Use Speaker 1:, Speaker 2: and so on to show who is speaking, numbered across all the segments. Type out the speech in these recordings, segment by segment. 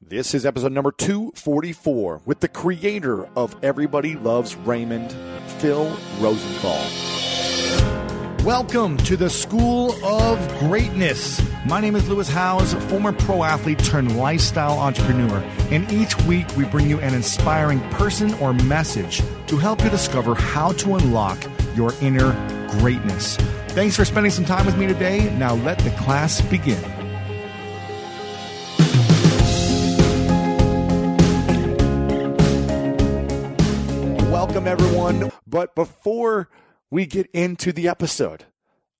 Speaker 1: This is episode number 244 with the creator of Everybody Loves Raymond, Phil Rosenthal.
Speaker 2: Welcome to the School of Greatness. My name is Lewis Howes, former pro athlete turned lifestyle entrepreneur. And each week we bring you an inspiring person or message to help you discover how to unlock your inner greatness. Thanks for spending some time with me today. Now let the class begin.
Speaker 1: Welcome, everyone. But before we get into the episode,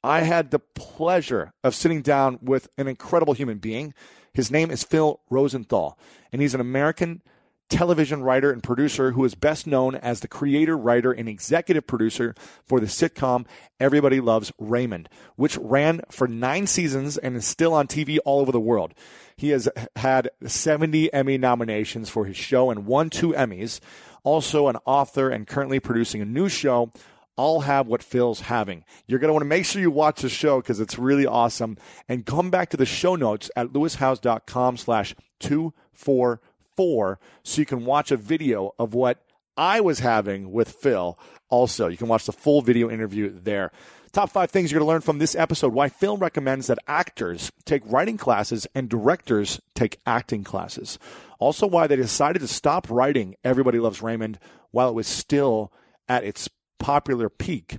Speaker 1: I had the pleasure of sitting down with an incredible human being. His name is Phil Rosenthal, and he's an American television writer and producer who is best known as the creator, writer, and executive producer for the sitcom Everybody Loves Raymond, which ran for nine seasons and is still on TV all over the world. He has had 70 Emmy nominations for his show and won two Emmys. Also, an author and currently producing a new show I'll have what Phil's having. You're going to want to make sure you watch the show because it's really awesome. And come back to the show notes at lewishouse.com slash 244 so you can watch a video of what I was having with Phil. Also, you can watch the full video interview there. Top five things you're going to learn from this episode why Phil recommends that actors take writing classes and directors take acting classes. Also, why they decided to stop writing Everybody Loves Raymond while it was still at its popular peak.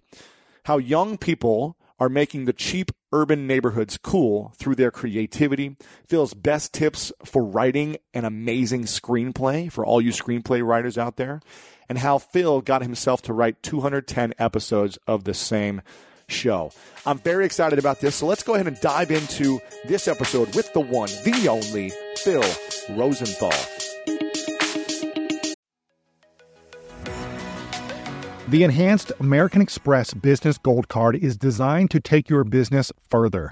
Speaker 1: How young people are making the cheap urban neighborhoods cool through their creativity. Phil's best tips for writing an amazing screenplay for all you screenplay writers out there. And how Phil got himself to write 210 episodes of the same show. I'm very excited about this. So let's go ahead and dive into this episode with the one, the only Phil Rosenthal.
Speaker 2: The enhanced American Express Business Gold Card is designed to take your business further.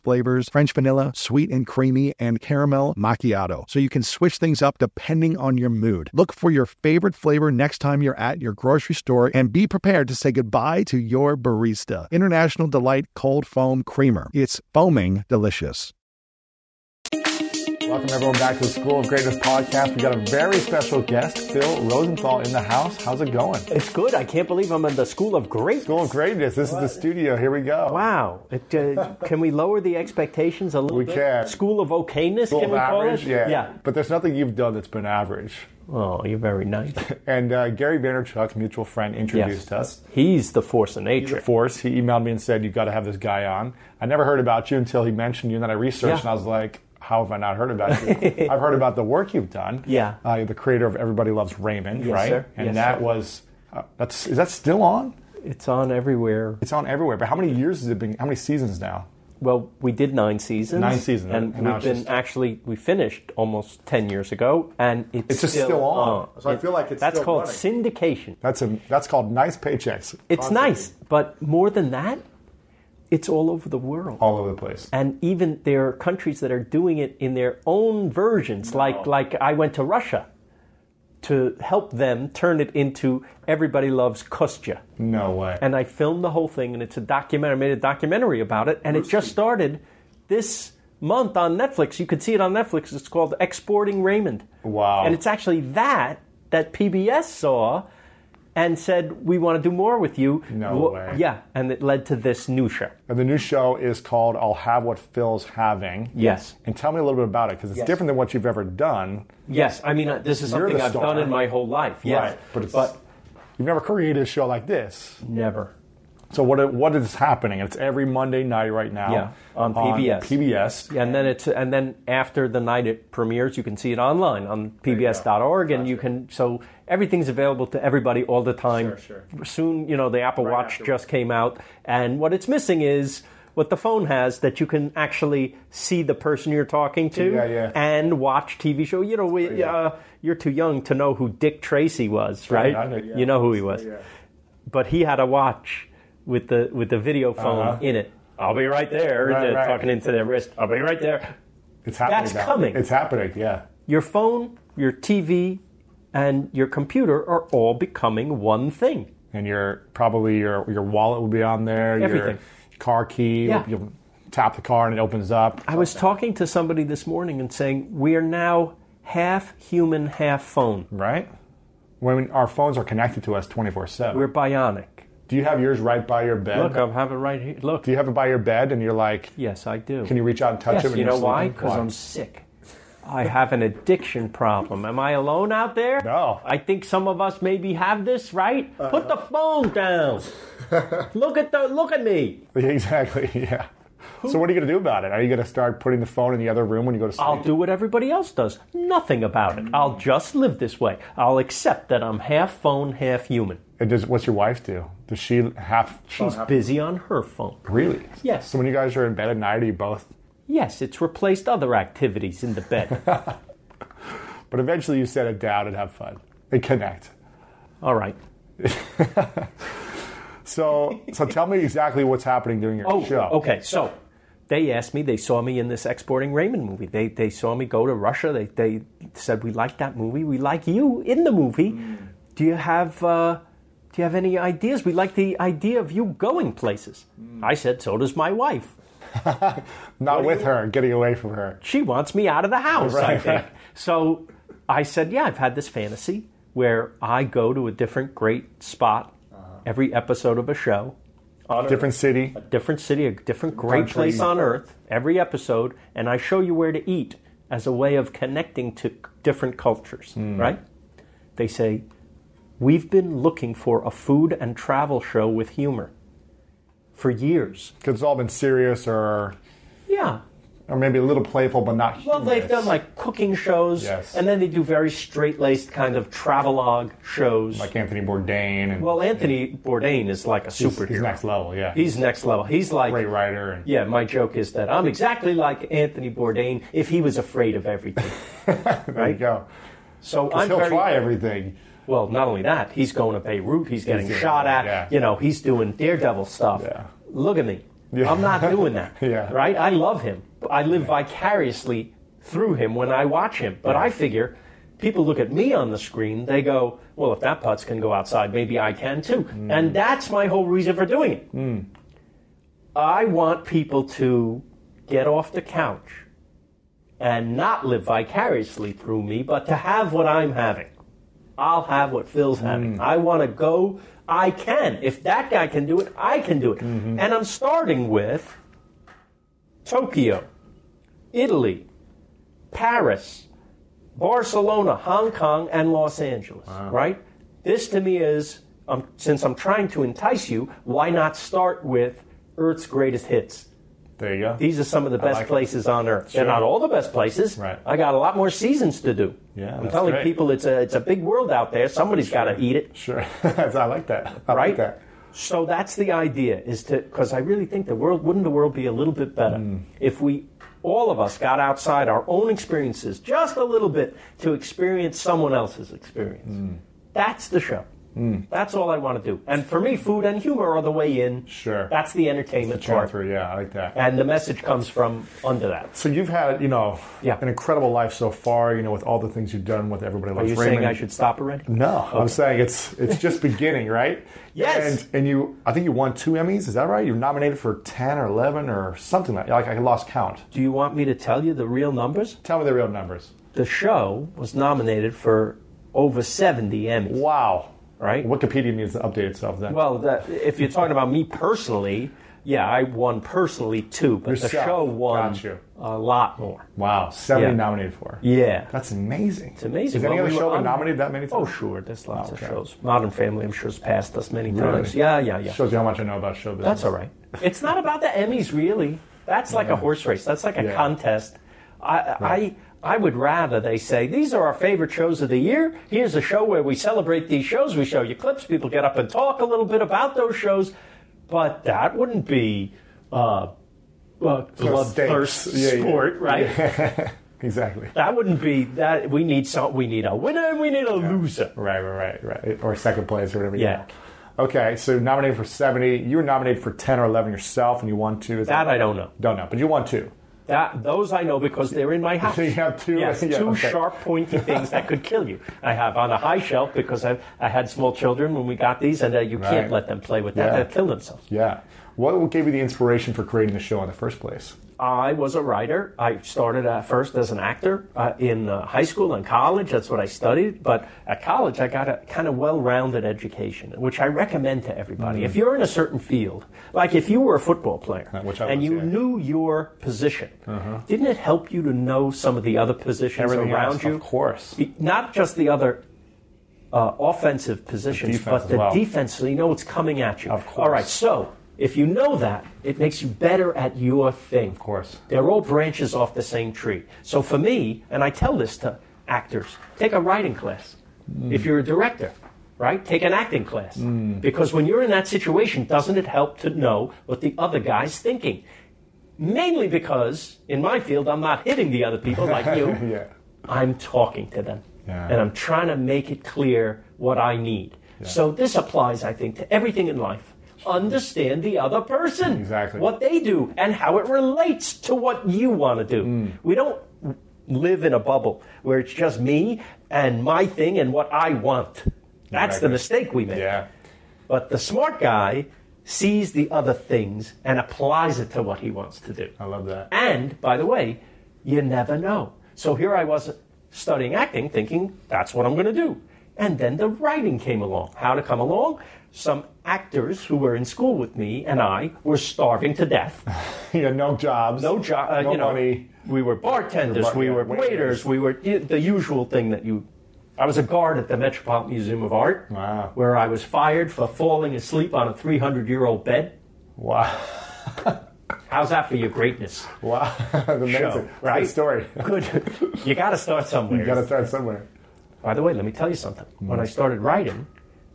Speaker 2: flavors French vanilla, sweet and creamy, and caramel macchiato. So you can switch things up depending on your mood. Look for your favorite flavor next time you're at your grocery store and be prepared to say goodbye to your barista. International Delight Cold Foam Creamer. It's foaming delicious.
Speaker 1: Welcome everyone back to the School of Greatness podcast. We got a very special guest, Phil Rosenthal, in the house. How's it going?
Speaker 3: It's good. I can't believe I'm in the school of great.
Speaker 1: School of Greatness. This is the studio. Here we go.
Speaker 3: Wow. It, uh, can we lower the expectations a little
Speaker 1: We
Speaker 3: bit?
Speaker 1: can.
Speaker 3: School of okayness,
Speaker 1: School
Speaker 3: can
Speaker 1: of
Speaker 3: we call
Speaker 1: average,
Speaker 3: it?
Speaker 1: yeah. But there's nothing you've done that's been average.
Speaker 3: Oh, you're very nice.
Speaker 1: And uh, Gary Vaynerchuk's mutual friend introduced us.
Speaker 3: He's the force of nature.
Speaker 1: Force, he emailed me and said, "You got to have this guy on." I never heard about you until he mentioned you, and then I researched,
Speaker 3: Yeah.
Speaker 1: and I was like,
Speaker 4: how have I not heard about you? I've heard about the work you've done.
Speaker 3: Yeah.
Speaker 4: Uh, you're the creator of Everybody Loves Raymond,
Speaker 3: Yes,
Speaker 4: right?
Speaker 3: sir.
Speaker 4: And
Speaker 3: Yes,
Speaker 4: that
Speaker 3: sir.
Speaker 4: was uh, that's is that still on?
Speaker 3: It's on everywhere.
Speaker 4: It's on everywhere. But how many years has it been? How many seasons now?
Speaker 3: Well, we did nine seasons.
Speaker 4: Nine seasons,
Speaker 3: and
Speaker 4: and now
Speaker 3: we've
Speaker 4: it's
Speaker 3: been
Speaker 4: just-
Speaker 3: actually we finished almost ten years ago, and it's,
Speaker 4: It's just still on.
Speaker 2: So I feel like it's
Speaker 3: that's
Speaker 2: still
Speaker 3: called
Speaker 2: running.
Speaker 3: syndication.
Speaker 4: That's a that's called nice paychecks
Speaker 3: It's nice, but more than that, it's all over the world.
Speaker 4: all over the place.
Speaker 3: and even there are countries that are doing it in their own versions like like i went to russia to help them turn it into everybody loves kostya
Speaker 4: No way.
Speaker 3: and i filmed the whole thing and it's a documentary i made a documentary about it and it just started this month on netflix you can see it on netflix it's called exporting raymond
Speaker 4: Wow.
Speaker 3: and it's actually that that pbs saw and said we want to do more with you
Speaker 4: No
Speaker 3: Wha-
Speaker 4: way.
Speaker 3: yeah and it led to this new show
Speaker 4: And the new show is called I'll Have What Phil's Having.
Speaker 3: Yes.
Speaker 4: And tell me a little bit about it because it's
Speaker 3: Yes.
Speaker 4: different than what you've ever done.
Speaker 3: Yes, I mean uh, this is
Speaker 4: You're
Speaker 3: something
Speaker 4: the
Speaker 3: I've
Speaker 4: star.
Speaker 3: done in my whole life. Yes,
Speaker 4: Right. But it's you've never created a show like this.
Speaker 3: never.
Speaker 4: So what what is happening? It's every Monday night right now.
Speaker 3: Yeah, on PBS.
Speaker 4: PBS.
Speaker 3: And then it's and then after the night it premieres, you can see it online on pbs.org, and you can so everything's available to everybody all the time. Sure, sure. Soon, you know, the Apple Watch just came out, and what it's missing is what the phone has that you can actually see the person you're talking to
Speaker 4: Yeah, yeah.
Speaker 3: and watch TV show. You know, we, uh, you're too young to know who Dick Tracy was, right?
Speaker 4: I know, yeah.
Speaker 3: You know who he was. but he had a watch with the with the video phone
Speaker 4: Uh-huh.
Speaker 3: in it. I'll be right there,
Speaker 4: Right,
Speaker 3: and, uh,
Speaker 4: right.
Speaker 3: talking into their wrist. I'll be right there.
Speaker 4: It's happening.
Speaker 3: That's
Speaker 4: now.
Speaker 3: coming.
Speaker 4: It's happening. Yeah.
Speaker 3: Your phone, your TV, and your computer are all becoming one thing.
Speaker 4: And your probably your your wallet will be on there.
Speaker 3: Everything.
Speaker 4: Your car key.
Speaker 3: Yeah.
Speaker 4: You'll tap the car and it opens up.
Speaker 3: I was talking to somebody this morning and saying we are now half human, half phone.
Speaker 4: Right. When our phones are connected to us twenty four
Speaker 3: We're
Speaker 4: seven.
Speaker 3: bionic.
Speaker 4: Do you have yours right by your bed?
Speaker 3: Look, I have it right here. Look.
Speaker 4: Do you have it by your bed and you're like,
Speaker 3: Yes, I do.
Speaker 4: can you reach out and touch
Speaker 3: Yes,
Speaker 4: it? when
Speaker 3: you
Speaker 4: you're
Speaker 3: know why?
Speaker 4: sleeping?
Speaker 3: Because I'm sick. I have an addiction problem. Am I alone out there?
Speaker 4: No. Uh-huh.
Speaker 3: I think some of us maybe have this, right? Put the phone down. look at the look at me.
Speaker 4: Yeah, exactly. Yeah. So what are you going to do about it? Are you going to start putting the phone in the other room when you go to sleep?
Speaker 3: I'll do what everybody else does. Nothing about it. I'll just live this way. I'll accept that I'm half phone, half human.
Speaker 4: And does, what's your wife do? Does she have?
Speaker 3: She's busy on her phone.
Speaker 4: Really?
Speaker 3: Yes.
Speaker 4: So when you guys are in bed at night, are you both?
Speaker 3: Yes, it's replaced other activities in the bed.
Speaker 4: But eventually, you set it down and have fun and connect.
Speaker 3: All right.
Speaker 4: So, so tell me exactly what's happening during your
Speaker 3: Oh,
Speaker 4: show.
Speaker 3: okay. So they asked me, they saw me in this Exporting Raymond movie. They, they saw me go to Russia. They, they said, We like that movie. We like you in the movie.
Speaker 4: Mm.
Speaker 3: Do you have. Uh, do you have any ideas? We like the idea of you going places.
Speaker 4: Mm.
Speaker 3: I said, so does my wife.
Speaker 4: Not with her, getting away from her.
Speaker 3: She wants me out of the house, I
Speaker 4: Right,
Speaker 3: think.
Speaker 4: right.
Speaker 3: So I said, yeah, I've had this fantasy where I go to a different great spot
Speaker 4: Uh-huh.
Speaker 3: every episode of a show.
Speaker 4: Different city.
Speaker 3: different city, a different great
Speaker 4: Country.
Speaker 3: place on earth every episode, and I show you where to eat as a way of connecting to c- different cultures,
Speaker 4: Hmm.
Speaker 3: right? They say, We've been looking for a food and travel show with humor for years.
Speaker 4: Because it's all been serious or,
Speaker 3: Yeah.
Speaker 4: or maybe a little playful, but not.
Speaker 3: Well, they've
Speaker 4: humorous.
Speaker 3: done like cooking shows,
Speaker 4: Yes.
Speaker 3: and then they do very straight laced kind of travelogue shows.
Speaker 4: like Anthony Bourdain and
Speaker 3: well, Anthony Bourdain is like a superhero.
Speaker 4: he's next level. Yeah.
Speaker 3: He's next level. He's like
Speaker 4: great writer and
Speaker 3: Yeah, my joke is that I'm exactly like Anthony Bourdain if he was afraid of everything.
Speaker 4: there you go.
Speaker 3: So I'm
Speaker 4: He'll
Speaker 3: very
Speaker 4: try everything.
Speaker 3: well. Not only that, he's going to Beirut. He's getting
Speaker 4: doing
Speaker 3: shot at.
Speaker 4: that, yeah.
Speaker 3: You know, he's doing daredevil stuff.
Speaker 4: Yeah.
Speaker 3: Look at me. I'm not doing that.
Speaker 4: Yeah.
Speaker 3: Right? I love him. I live vicariously through him when I watch him. But I figure people look at me on the screen. They go, "Well, if that putz can go outside, maybe I can too."
Speaker 4: Mm.
Speaker 3: And that's my whole reason for doing it. I want people to get off the couch and not live vicariously through me, but to have what I'm having. I'll have what Phil's having. I want to go. I can. If that guy can do it, I can do it. And I'm starting with Tokyo, Italy, Paris, Barcelona, Hong Kong, and Los Angeles. Right? This to me is um, since I'm trying to entice you, why not start with Earth's greatest hits?
Speaker 4: There you go.
Speaker 3: These are some of the
Speaker 4: I
Speaker 3: best
Speaker 4: like it.
Speaker 3: places on earth. They're not all the best places.
Speaker 4: Right.
Speaker 3: I got a lot more seasons to do.
Speaker 4: Yeah,
Speaker 3: I'm
Speaker 4: that's
Speaker 3: telling
Speaker 4: great.
Speaker 3: people it's a it's a big world out there. Somebody's got to eat it,
Speaker 4: Sure. I like that. I
Speaker 3: right?
Speaker 4: like that.
Speaker 3: So that's the idea is to because I really think the world wouldn't the world be a little bit better
Speaker 4: Mm.
Speaker 3: if we all of us got outside our own experiences just a little bit to experience someone else's experience.
Speaker 4: Mm.
Speaker 3: That's the show. That's all I want to do. And for me, food and humor are the way in.
Speaker 4: Sure.
Speaker 3: That's the entertainment
Speaker 4: Turn
Speaker 3: part.
Speaker 4: through. Yeah, I like that.
Speaker 3: And the message comes from under that.
Speaker 4: So you've had, you know,
Speaker 3: Yeah.
Speaker 4: an incredible life so far. You know, with all the things you've done with everybody.
Speaker 3: Are
Speaker 4: Loves
Speaker 3: you
Speaker 4: Raymond.
Speaker 3: saying I should stop already?
Speaker 4: No, I'm saying it's it's just beginning, right?
Speaker 3: Yes.
Speaker 4: And and you, I think you won two Emmys. Is that right? You're nominated for ten or eleven or something like like I lost count.
Speaker 3: Do you want me to tell you the real numbers?
Speaker 4: Tell me the real numbers.
Speaker 3: The show was nominated for over 70 Emmys,
Speaker 4: Wow.
Speaker 3: right?
Speaker 4: Wikipedia needs to update itself then.
Speaker 3: Well, that, if you're talking about me personally, yeah, I won personally too, but the
Speaker 4: Yourself.
Speaker 3: show won
Speaker 4: Got you.
Speaker 3: a lot more.
Speaker 4: wow, seventy
Speaker 3: Yeah.
Speaker 4: nominated for.
Speaker 3: Yeah.
Speaker 4: That's amazing. It's
Speaker 3: amazing.
Speaker 4: Has any
Speaker 3: Well,
Speaker 4: other
Speaker 3: we
Speaker 4: show
Speaker 3: were
Speaker 4: been
Speaker 3: on-
Speaker 4: nominated that many times?
Speaker 3: Oh, sure. There's lots
Speaker 4: okay.
Speaker 3: of shows. Modern Family, I'm sure, has passed us many
Speaker 4: Really?
Speaker 3: times. Yeah, yeah, yeah.
Speaker 4: Shows you how much I know about show business.
Speaker 3: That's all right. It's not about the Emmys, really. That's like a horse race. That's like a
Speaker 4: Yeah.
Speaker 3: contest. I, I, I would rather they say, these are our favorite shows of the year. Here's a show where we celebrate these shows. We show you clips. People get up and talk a little bit about those shows. But that wouldn't be uh, uh,
Speaker 4: stakes.
Speaker 3: bloodthirst
Speaker 4: Yeah, yeah.
Speaker 3: sport, right?
Speaker 4: Exactly.
Speaker 3: That wouldn't be that. We need some. We need a winner and we need a loser.
Speaker 4: Right, right, right, right. Or second place or whatever.
Speaker 3: Yeah.
Speaker 4: Okay, so nominated for 70. You were nominated for 10 or 11 yourself, and you won two. Is
Speaker 3: That I don't know.
Speaker 4: Don't know, but you won two.
Speaker 3: That those I know because they're in my house.
Speaker 4: You have two-
Speaker 3: Yes,
Speaker 4: yeah,
Speaker 3: two
Speaker 4: okay.
Speaker 3: sharp, pointy things that could kill you. I have on a high shelf because I, I had small children when we got these, and uh, you
Speaker 4: Right.
Speaker 3: can't let them play with that;
Speaker 4: Yeah.
Speaker 3: they'll kill themselves.
Speaker 4: Yeah. What gave you the inspiration for creating the show in the first place?
Speaker 3: I was a writer. I started at first as an actor uh, in uh, high school and college. That's what I studied. But at college, I got a kind of well rounded education, which I recommend to
Speaker 4: Mm.
Speaker 3: everybody. If you're in a certain field, like if you were a football player
Speaker 4: Uh, which I
Speaker 3: and
Speaker 4: was,
Speaker 3: you
Speaker 4: yeah. Uh-huh.
Speaker 3: knew your position, didn't it help you to know some of the other positions
Speaker 4: Everything
Speaker 3: around
Speaker 4: else,
Speaker 3: you?
Speaker 4: of course.
Speaker 3: Be- Not just the other uh, offensive positions,
Speaker 4: defense
Speaker 3: but
Speaker 4: as
Speaker 3: the
Speaker 4: well.
Speaker 3: defense, so you know what's coming at you.
Speaker 4: Of course.
Speaker 3: All right, so if you know that, it makes you better at your thing. Of
Speaker 4: course.
Speaker 3: They're all branches off the same tree. So for me, and I tell this to actors, take a writing class.
Speaker 4: Mm.
Speaker 3: If you're a director, right, take an acting class. Because when you're in that situation, doesn't it help to know what the other guy's thinking? Mainly because in my field, I'm not hitting the other people like you.
Speaker 4: Yeah.
Speaker 3: I'm talking to them.
Speaker 4: Yeah.
Speaker 3: And I'm trying to make it clear what I need. So this applies, I think, to everything in life. Understand the other person.
Speaker 4: Exactly.
Speaker 3: What they do and how it relates to what you want to do.
Speaker 4: Hmm.
Speaker 3: We don't live in a bubble where it's just me and my thing and what I want. That's
Speaker 4: I
Speaker 3: the
Speaker 4: agree.
Speaker 3: mistake we make.
Speaker 4: Yeah.
Speaker 3: But the smart guy sees the other things and applies it to what he wants to do.
Speaker 4: I love that.
Speaker 3: And by the way, you never know. So here I was studying acting, thinking that's what I'm going to do. And then the writing came along. How to come along? Some actors who were in school with me and I were starving to death.
Speaker 4: you had no jobs.
Speaker 3: No job, uh,
Speaker 4: no
Speaker 3: you know.
Speaker 4: money.
Speaker 3: We were bartenders.
Speaker 4: Bar-
Speaker 3: we
Speaker 4: yeah,
Speaker 3: were waiters.
Speaker 4: waiters.
Speaker 3: We were y- the usual thing that you. I was a guard at the Metropolitan Museum of Art,
Speaker 4: Wow.
Speaker 3: where I was fired for falling asleep on a 300-year-old bed.
Speaker 4: Wow.
Speaker 3: How's that for your greatness?
Speaker 4: Wow. That's amazing.
Speaker 3: Show,
Speaker 4: It's a
Speaker 3: right?
Speaker 4: Good story.
Speaker 3: Good. you got to start somewhere.
Speaker 4: you got to start somewhere.
Speaker 3: By the way, let me tell you something. When I started writing,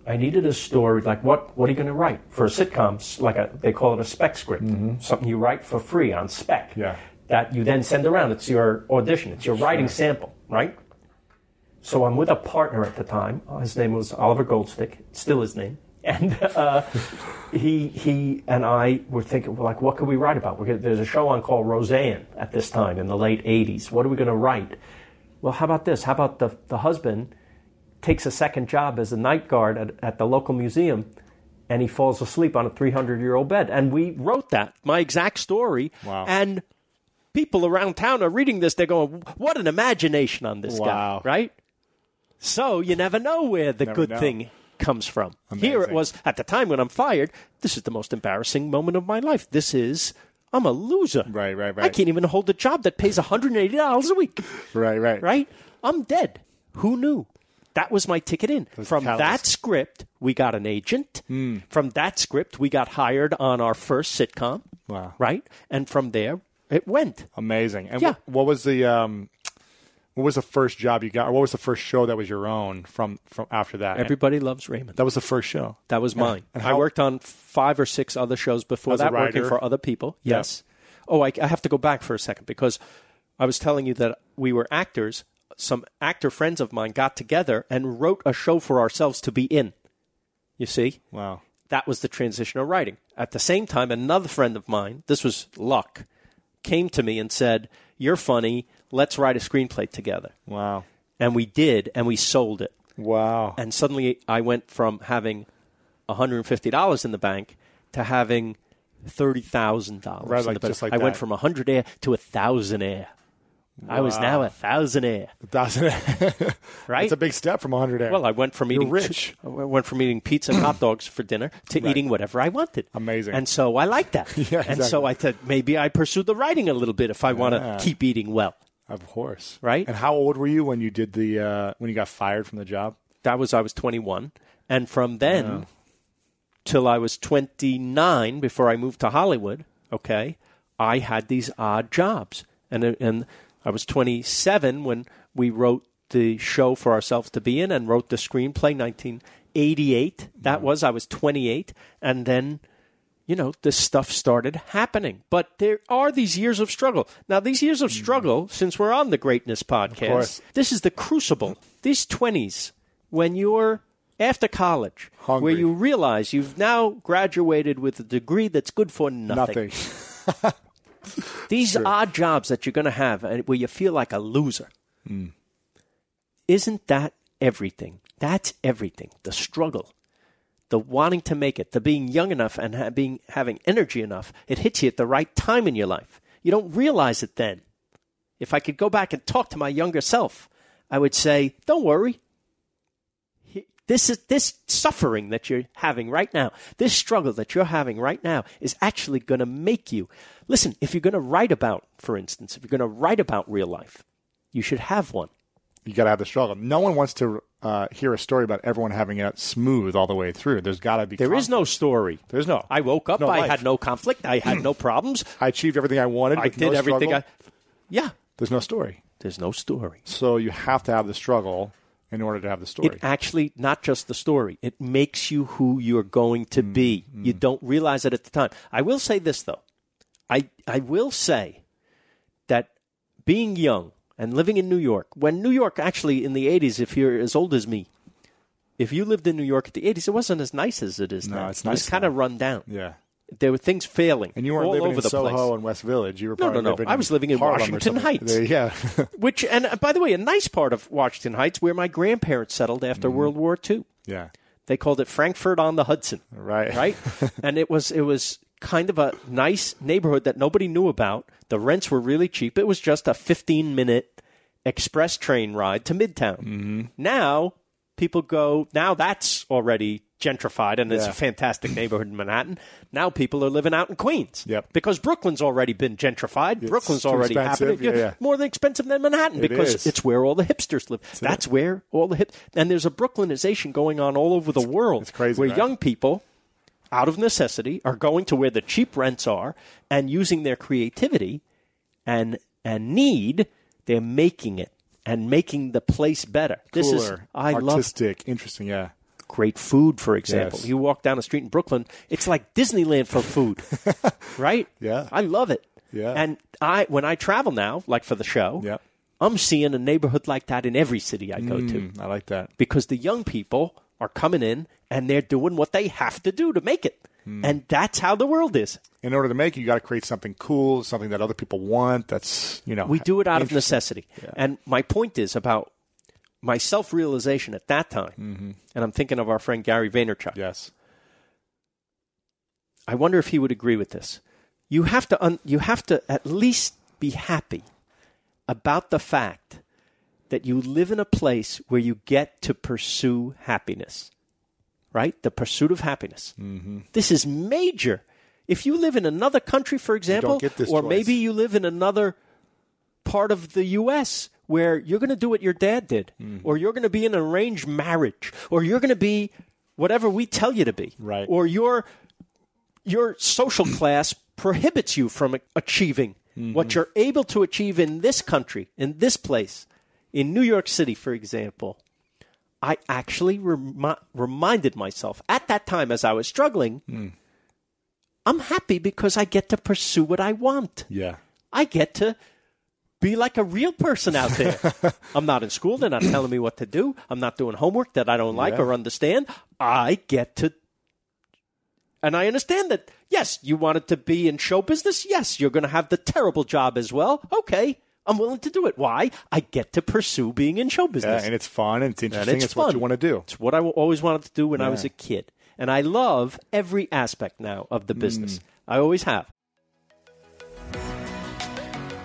Speaker 3: I needed a story like what what are you going to write for a sitcom? s- Like a they call it a spec script, something you write for free on spec.
Speaker 4: Yeah.
Speaker 3: That you then send around. It's your audition. It's your writing sample, right? So I'm with a partner at the time. His name was Oliver Goldstick. It's Still his name. And uh, he he and I were thinking, well, like, what could we write about? We're gonna, there's a show on called Roseanne at this time in the late '80s. What are we going to write? Well, how about this? How about the the husband takes a second job as a night guard at, at the local museum, and he falls asleep on a 300 year old bed. And we wrote that my exact story.
Speaker 4: Wow.
Speaker 3: And people around town are reading this. They're going, "What an imagination on this
Speaker 4: Wow.
Speaker 3: guy!" Right? So you never know where the good
Speaker 4: know.
Speaker 3: thing comes from. Here it
Speaker 4: Amazing.
Speaker 3: was at the time when I'm fired. This is the most embarrassing moment of my life. This is I'm a loser.
Speaker 4: Right, right,
Speaker 3: I
Speaker 4: right.
Speaker 3: can't even hold a job that pays $180 a week.
Speaker 4: Right, right.
Speaker 3: Right? I'm dead. Who knew? That was my ticket in. From
Speaker 4: countless-
Speaker 3: that
Speaker 4: Hmm.
Speaker 3: script, we got an agent. From that script, we got hired on our first sitcom.
Speaker 4: Wow.
Speaker 3: Right? And from there, it went.
Speaker 4: Amazing. And
Speaker 3: Yeah.
Speaker 4: wh- what was the um, what was the first job you got, or what was the first show that was your own from from after that?
Speaker 3: Everybody loves Raymond.
Speaker 4: that was the first show.
Speaker 3: That was mine. I
Speaker 4: how-
Speaker 3: worked on five or six other shows before
Speaker 4: As a
Speaker 3: that, working
Speaker 4: writer?
Speaker 3: for other people. Yes. Oh, I, I have to go back for a second because I was telling you that we were actors. Some actor friends of mine got together and wrote a show for ourselves to be in. You see?
Speaker 4: Wow.
Speaker 3: that was the transition of writing. At the same time, another friend of mine, this was luck, came to me and said, You're funny, let's write a screenplay together.
Speaker 4: Wow.
Speaker 3: And we did, and we sold it.
Speaker 4: Wow.
Speaker 3: And suddenly I went from having $150 in the bank to having $30,000.
Speaker 4: Right,
Speaker 3: in
Speaker 4: like,
Speaker 3: the bank.
Speaker 4: just like
Speaker 3: I went
Speaker 4: that.
Speaker 3: from 100 air to 1,000 air. I was now a 1,000 air,
Speaker 4: That's,
Speaker 3: right?
Speaker 4: that's a big step from 100 air.
Speaker 3: Well, I went from eating
Speaker 4: rich.
Speaker 3: I went from eating pizza and hot dogs for dinner to eating whatever I wanted.
Speaker 4: Amazing.
Speaker 3: And so I like that.
Speaker 4: Yeah,
Speaker 3: And so
Speaker 4: exactly.
Speaker 3: I said maybe I pursue the writing a little bit if I want to keep eating well.
Speaker 4: of course.
Speaker 3: Right?
Speaker 4: And how old were you when you did the uh, when you got fired from the job?
Speaker 3: That was I was 21, and from then till I was 29 before I moved to Hollywood. Okay, I had these odd jobs, and uh, and I was 27 when we wrote the show for ourselves to be in and wrote the screenplay 1988 that was i was 28 and then you know, this stuff started happening. But there are these years of struggle. Now, these years of struggle, since we're on the Greatness podcast,
Speaker 4: Hmm. course.
Speaker 3: this is the crucible. These 20s, when you're after college,
Speaker 4: Hungry.
Speaker 3: where you realize you've now graduated with a degree that's good for nothing.
Speaker 4: Nothing.
Speaker 3: These odd jobs that you're going to have and where you feel like a loser. Isn't that everything? That's everything. The struggle, the wanting to make it, the being young enough and ha- being having energy enough. It hits you at the right time in your life. You don't realize it then. If I could go back and talk to my younger self, I would say, "Don't worry. He- This is this suffering that you're having right now. This struggle that you're having right now is actually going to make you. Listen, if you're going to write about, for instance, if you're going to write about real life, you should have one.
Speaker 4: you got to have the struggle. No one wants to uh, hear a story about everyone having it smooth all the way through. There's got to be
Speaker 3: There is no story.
Speaker 4: There's no-
Speaker 3: I woke up.
Speaker 4: no
Speaker 3: I
Speaker 4: life.
Speaker 3: had no conflict. I had no problems.
Speaker 4: I achieved everything I wanted.
Speaker 3: I
Speaker 4: with
Speaker 3: did
Speaker 4: no
Speaker 3: everything. I,
Speaker 4: struggle.
Speaker 3: yeah.
Speaker 4: There's no story.
Speaker 3: There's no story.
Speaker 4: So you have to have the struggle in order to have the story.
Speaker 3: It actually not just the story. It makes you who you're going
Speaker 4: Mm,
Speaker 3: to be. You don't realize it at the time. I will say this though. I I will say that being young and living in New York, when New York actually in the 80s if you're as old as me, if you lived in New York at the 80s, it wasn't as nice as it is
Speaker 4: No,
Speaker 3: now.
Speaker 4: it's
Speaker 3: it was
Speaker 4: nice
Speaker 3: kind
Speaker 4: now.
Speaker 3: of run down.
Speaker 4: yeah.
Speaker 3: There were things failing
Speaker 4: And you weren't
Speaker 3: all
Speaker 4: living
Speaker 3: over
Speaker 4: in
Speaker 3: the
Speaker 4: Soho
Speaker 3: place.
Speaker 4: and West Village. You were
Speaker 3: No,
Speaker 4: probably
Speaker 3: no, no.
Speaker 4: living
Speaker 3: I was living in
Speaker 4: Harlem or
Speaker 3: Washington
Speaker 4: something.
Speaker 3: Heights.
Speaker 4: There- yeah.
Speaker 3: Which, and uh, by the way, a nice part of Washington Heights where my grandparents settled after
Speaker 4: Mm-hmm.
Speaker 3: World War II.
Speaker 4: yeah.
Speaker 3: They called it Frankfurt on the Hudson.
Speaker 4: Right.
Speaker 3: Right? and it was it was kind of a nice neighborhood that nobody knew about. The rents were really cheap. It was just a 15-minute express train ride to Midtown.
Speaker 4: Mm-hmm.
Speaker 3: Now, people go now that's already gentrified and it's a
Speaker 4: Yeah.
Speaker 3: fantastic neighborhood in Manhattan. Now people are living out in Queens.
Speaker 4: Yep.
Speaker 3: Because Brooklyn's already been gentrified. Brooklyn's
Speaker 4: too
Speaker 3: already
Speaker 4: expensive.
Speaker 3: happening.
Speaker 4: Yeah, yeah.
Speaker 3: More than expensive than Manhattan because
Speaker 4: is.
Speaker 3: it's where all the hipsters live. That's, where all the hip and there's a Brooklynization going on all over the world.
Speaker 4: it's crazy,
Speaker 3: Where
Speaker 4: right?
Speaker 3: young people, out of necessity, are going to where the cheap rents are and using their creativity and and need, they're making it and making the place better. This is
Speaker 4: Cooler,
Speaker 3: I love
Speaker 4: artistic, interesting. Yeah.
Speaker 3: great food, for example.
Speaker 4: Yes.
Speaker 3: You walk down a street in Brooklyn, it's like Disneyland for food, right?
Speaker 4: Yeah.
Speaker 3: I love it.
Speaker 4: Yeah.
Speaker 3: And I, when I travel now, like for the show,
Speaker 4: Yep.
Speaker 3: I'm seeing a neighborhood like that in every city I go to
Speaker 4: I like that.
Speaker 3: because the young people are coming in and they're doing what they have to do to make it. And that's how the world is.
Speaker 4: In order to make it, you got to create something cool, something that other people want. That's you know
Speaker 3: We do it out of necessity. And my point is about my self realization at that time. And I'm thinking of our friend Gary Vaynerchuk.
Speaker 4: Yes.
Speaker 3: I wonder if he would agree with this. You have to un- you have to at least be happy about the fact that you live in a place where you get to pursue happiness. Right? The pursuit of happiness. Mm-hmm. This is major. If you live in another country, for example,
Speaker 4: get this
Speaker 3: or
Speaker 4: choice.
Speaker 3: maybe you live in another part of the U.S. where you're going to do what your dad did, or you're going to be in an arranged marriage, or you're going to be whatever we tell you to be,
Speaker 4: Right.
Speaker 3: Or your your social class prohibits you from a- achieving what you're able to achieve in this country, in this place, in New York City, for example. I actually remi- reminded myself at that time as I was struggling, I'm happy because I get to pursue what I want.
Speaker 4: Yeah.
Speaker 3: I get to be like a real person out there. I'm not in school. They're not telling me what to do. I'm not doing homework that I don't like or understand. I get to. And I understand that, yes, you wanted to be in show business. Yes, you're going to have the terrible job as well. Okay, I'm willing to do it. Why? I get to pursue being in show
Speaker 4: Yeah,
Speaker 3: business.
Speaker 4: and it's fun and it's
Speaker 3: And
Speaker 4: interesting. it's what you want to do.
Speaker 3: It's what I always wanted to do when I was a kid. And I love every aspect now of the
Speaker 4: Mm.
Speaker 3: business. I always have.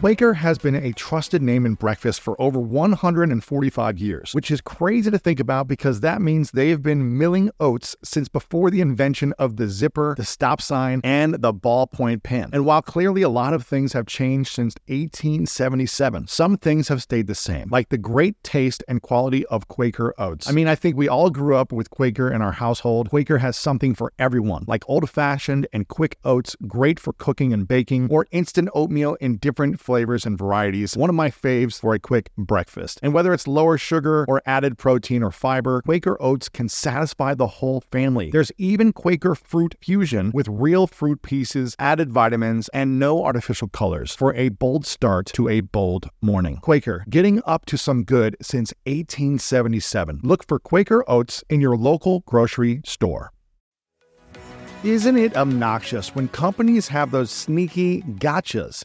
Speaker 5: Quaker has been a trusted name in breakfast for over 145 years, which is crazy to think about because that means they have been milling oats since before the invention of the zipper, the stop sign, and the ballpoint pen. And while clearly a lot of things have changed since 1877, some things have stayed the same, like the great taste and quality of Quaker oats. I mean, I think we all grew up with Quaker in our household. Quaker has something for everyone, like old fashioned and quick oats, great for cooking and baking, or instant oatmeal in different flavors and varieties. One of my faves for a quick breakfast. And whether it's lower sugar or added protein or fiber, Quaker oats can satisfy the whole family. There's even Quaker fruit fusion with real fruit pieces, added vitamins, and no artificial colors for a bold start to a bold morning. Quaker, getting up to some good since 1877. Look for Quaker oats in your local grocery store. Isn't it obnoxious when companies have those sneaky gotchas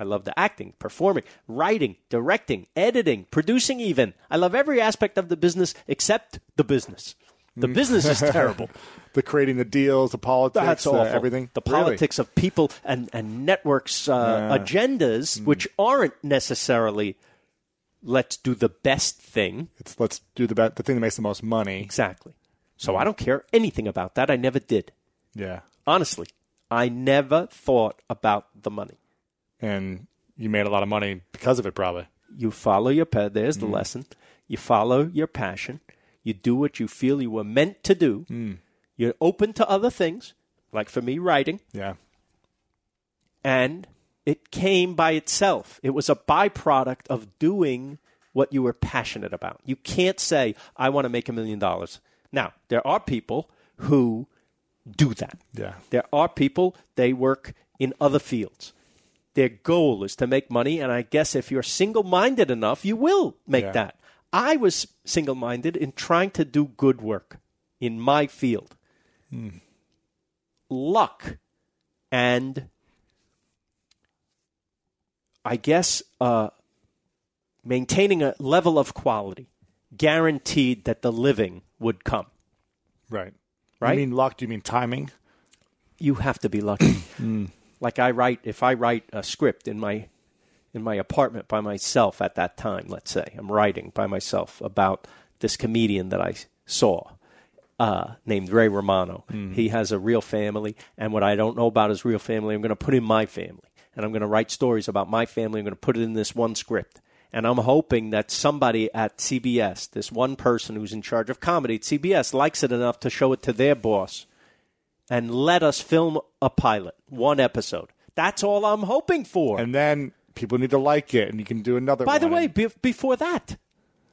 Speaker 3: I love the acting, performing, writing, directing, editing, producing, even. I love every aspect of the business except the business. The
Speaker 4: Mm.
Speaker 3: business is terrible.
Speaker 4: The creating the deals, the politics,
Speaker 3: That's
Speaker 4: uh,
Speaker 3: awful.
Speaker 4: everything.
Speaker 3: The
Speaker 4: Really?
Speaker 3: politics of people and, and networks' uh,
Speaker 4: Mm.
Speaker 3: agendas, which aren't necessarily let's do the best thing.
Speaker 4: It's, let's do the bet, the thing that makes the most money.
Speaker 3: Exactly. So
Speaker 4: Mm.
Speaker 3: I don't care anything about that. I never did.
Speaker 4: Yeah.
Speaker 3: Honestly, I never thought about the money.
Speaker 4: And you made a lot of money because of it, probably.
Speaker 3: you follow your pa- there's the lesson you follow your passion you do what you feel you were meant to do you're open to other things like for me writing
Speaker 4: Yeah.
Speaker 3: and it came by itself it was a byproduct of doing what you were passionate about you can't say i want to make a million dollars now there are people who do that
Speaker 4: Yeah.
Speaker 3: there are people, they work in other fields. Their goal is to make money, and I guess if you're single minded enough, you will make
Speaker 4: Yeah.
Speaker 3: that. I was single minded in trying to do good work in my field.
Speaker 4: Hmm.
Speaker 3: Luck and I guess uh, maintaining a level of quality guaranteed that the living would come.
Speaker 4: Right.
Speaker 3: Right?
Speaker 4: You mean luck? Do you mean timing?
Speaker 3: you have to be lucky. Like I write, if I write a script in my in my apartment by myself at that time, let's say I'm writing by myself about this comedian that I saw uh, named Ray Romano. He has a real family, and what I don't know about his real family, I'm going to put in my family, and I'm going to write stories about my family. I'm going to put it in this one script. And I'm hoping that somebody at CBS, this one person who's in charge of comedy at CBS, likes it enough to show it to their boss and let us film a pilot, one episode. That's all I'm hoping for.
Speaker 4: And then people need to like it, and you can do another.
Speaker 3: By the
Speaker 4: one.
Speaker 3: way, be- before that,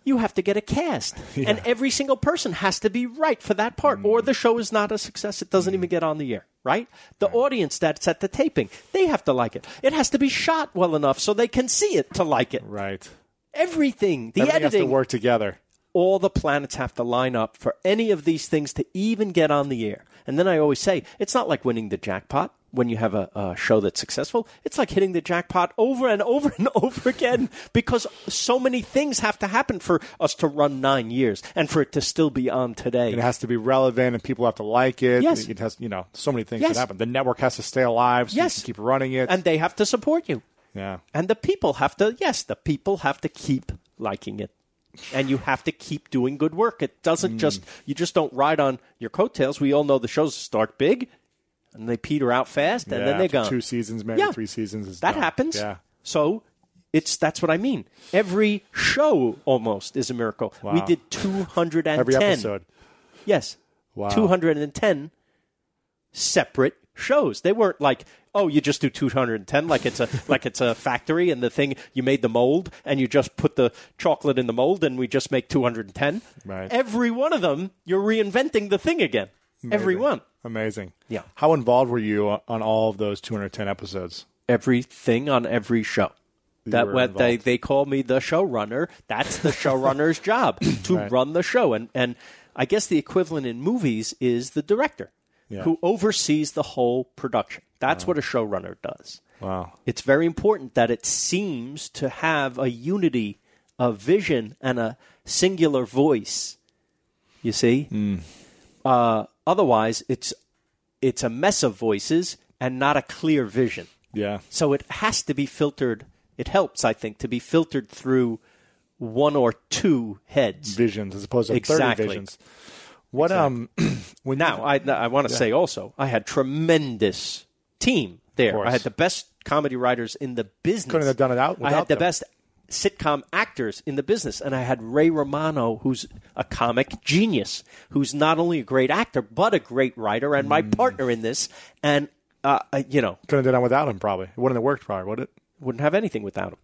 Speaker 3: you have to get a cast, and every single person has to be right for that part, or
Speaker 4: Mm.
Speaker 3: the show is not a success. It doesn't even get on the air, right? The audience that's at the taping, they have to like it. It has to be shot well enough so they can see it to like it.
Speaker 4: right?
Speaker 3: Everything, the
Speaker 4: Everything has to
Speaker 3: editing,
Speaker 4: work together.
Speaker 3: all the planets have to line up for any of these things to even get on the air. And then I always say, it's not like winning the jackpot when you have a, a show that's successful. It's like hitting the jackpot over and over and over again because so many things have to happen for us to run nine years and for it to still be on today.
Speaker 4: It has to be relevant, and people have to like it.
Speaker 3: Yes.
Speaker 4: it has. You know, so many things
Speaker 3: Yes.
Speaker 4: that happen. The network has to stay alive. So you
Speaker 3: Yes.
Speaker 4: can keep running it.
Speaker 3: and they have to support you.
Speaker 4: yeah,
Speaker 3: And the people have to, yes, the people have to keep liking it. And you have to keep doing good work. It doesn't just,
Speaker 4: Mm.
Speaker 3: you just don't ride on your coattails. We all know the shows start big and they peter out fast and
Speaker 4: Yeah,
Speaker 3: then they're
Speaker 4: after
Speaker 3: gone.
Speaker 4: Two seasons, maybe
Speaker 3: Yeah.
Speaker 4: three seasons. Is
Speaker 3: that
Speaker 4: done.
Speaker 3: happens.
Speaker 4: Yeah,
Speaker 3: So it's, that's what I mean. Every show almost is a miracle. We
Speaker 4: Wow.
Speaker 3: did 210.
Speaker 4: every episode.
Speaker 3: Yes.
Speaker 4: Wow.
Speaker 3: 210 separate shows. They weren't like, oh, you just do 210 like it's a like it's a factory and the thing you made the mold and you just put the chocolate in the mold and we just make 210.
Speaker 4: Right.
Speaker 3: Every one of them, you're reinventing the thing again. Every one.
Speaker 4: Amazing.
Speaker 3: Yeah.
Speaker 4: How involved were you on all of those 210 episodes?
Speaker 3: Everything on every show. That
Speaker 4: were
Speaker 3: what they,
Speaker 4: involved.
Speaker 3: they call me the showrunner. That's the showrunner's job to run the show. And and I guess the equivalent in movies is the director who oversees the whole production. That's what a showrunner does.
Speaker 4: Wow.
Speaker 3: It's very important that it seems to have a unity, a vision, and a singular voice. You see?
Speaker 4: Hmm.
Speaker 3: Uh, otherwise, it's it's a mess of voices and not a clear vision.
Speaker 4: Yeah.
Speaker 3: So it has to be filtered. It helps, I think, to be filtered through one or two heads.
Speaker 4: Visions as opposed to
Speaker 3: Exactly.
Speaker 4: 30 visions. What um when
Speaker 3: Now, I, I want to say also, I had tremendous team there.
Speaker 4: course.
Speaker 3: I had the best comedy writers in the business.
Speaker 4: Couldn't have done it out
Speaker 3: I had
Speaker 4: without
Speaker 3: the
Speaker 4: them.
Speaker 3: best sitcom actors in the business, and I had Ray Romano, who's a comic genius, who's not only a great actor but a great writer, and my
Speaker 4: Mm.
Speaker 3: partner in this. And uh, I- you know,
Speaker 4: couldn't have done it without him probably. It wouldn't have worked probably, would it?
Speaker 3: wouldn't have anything without him.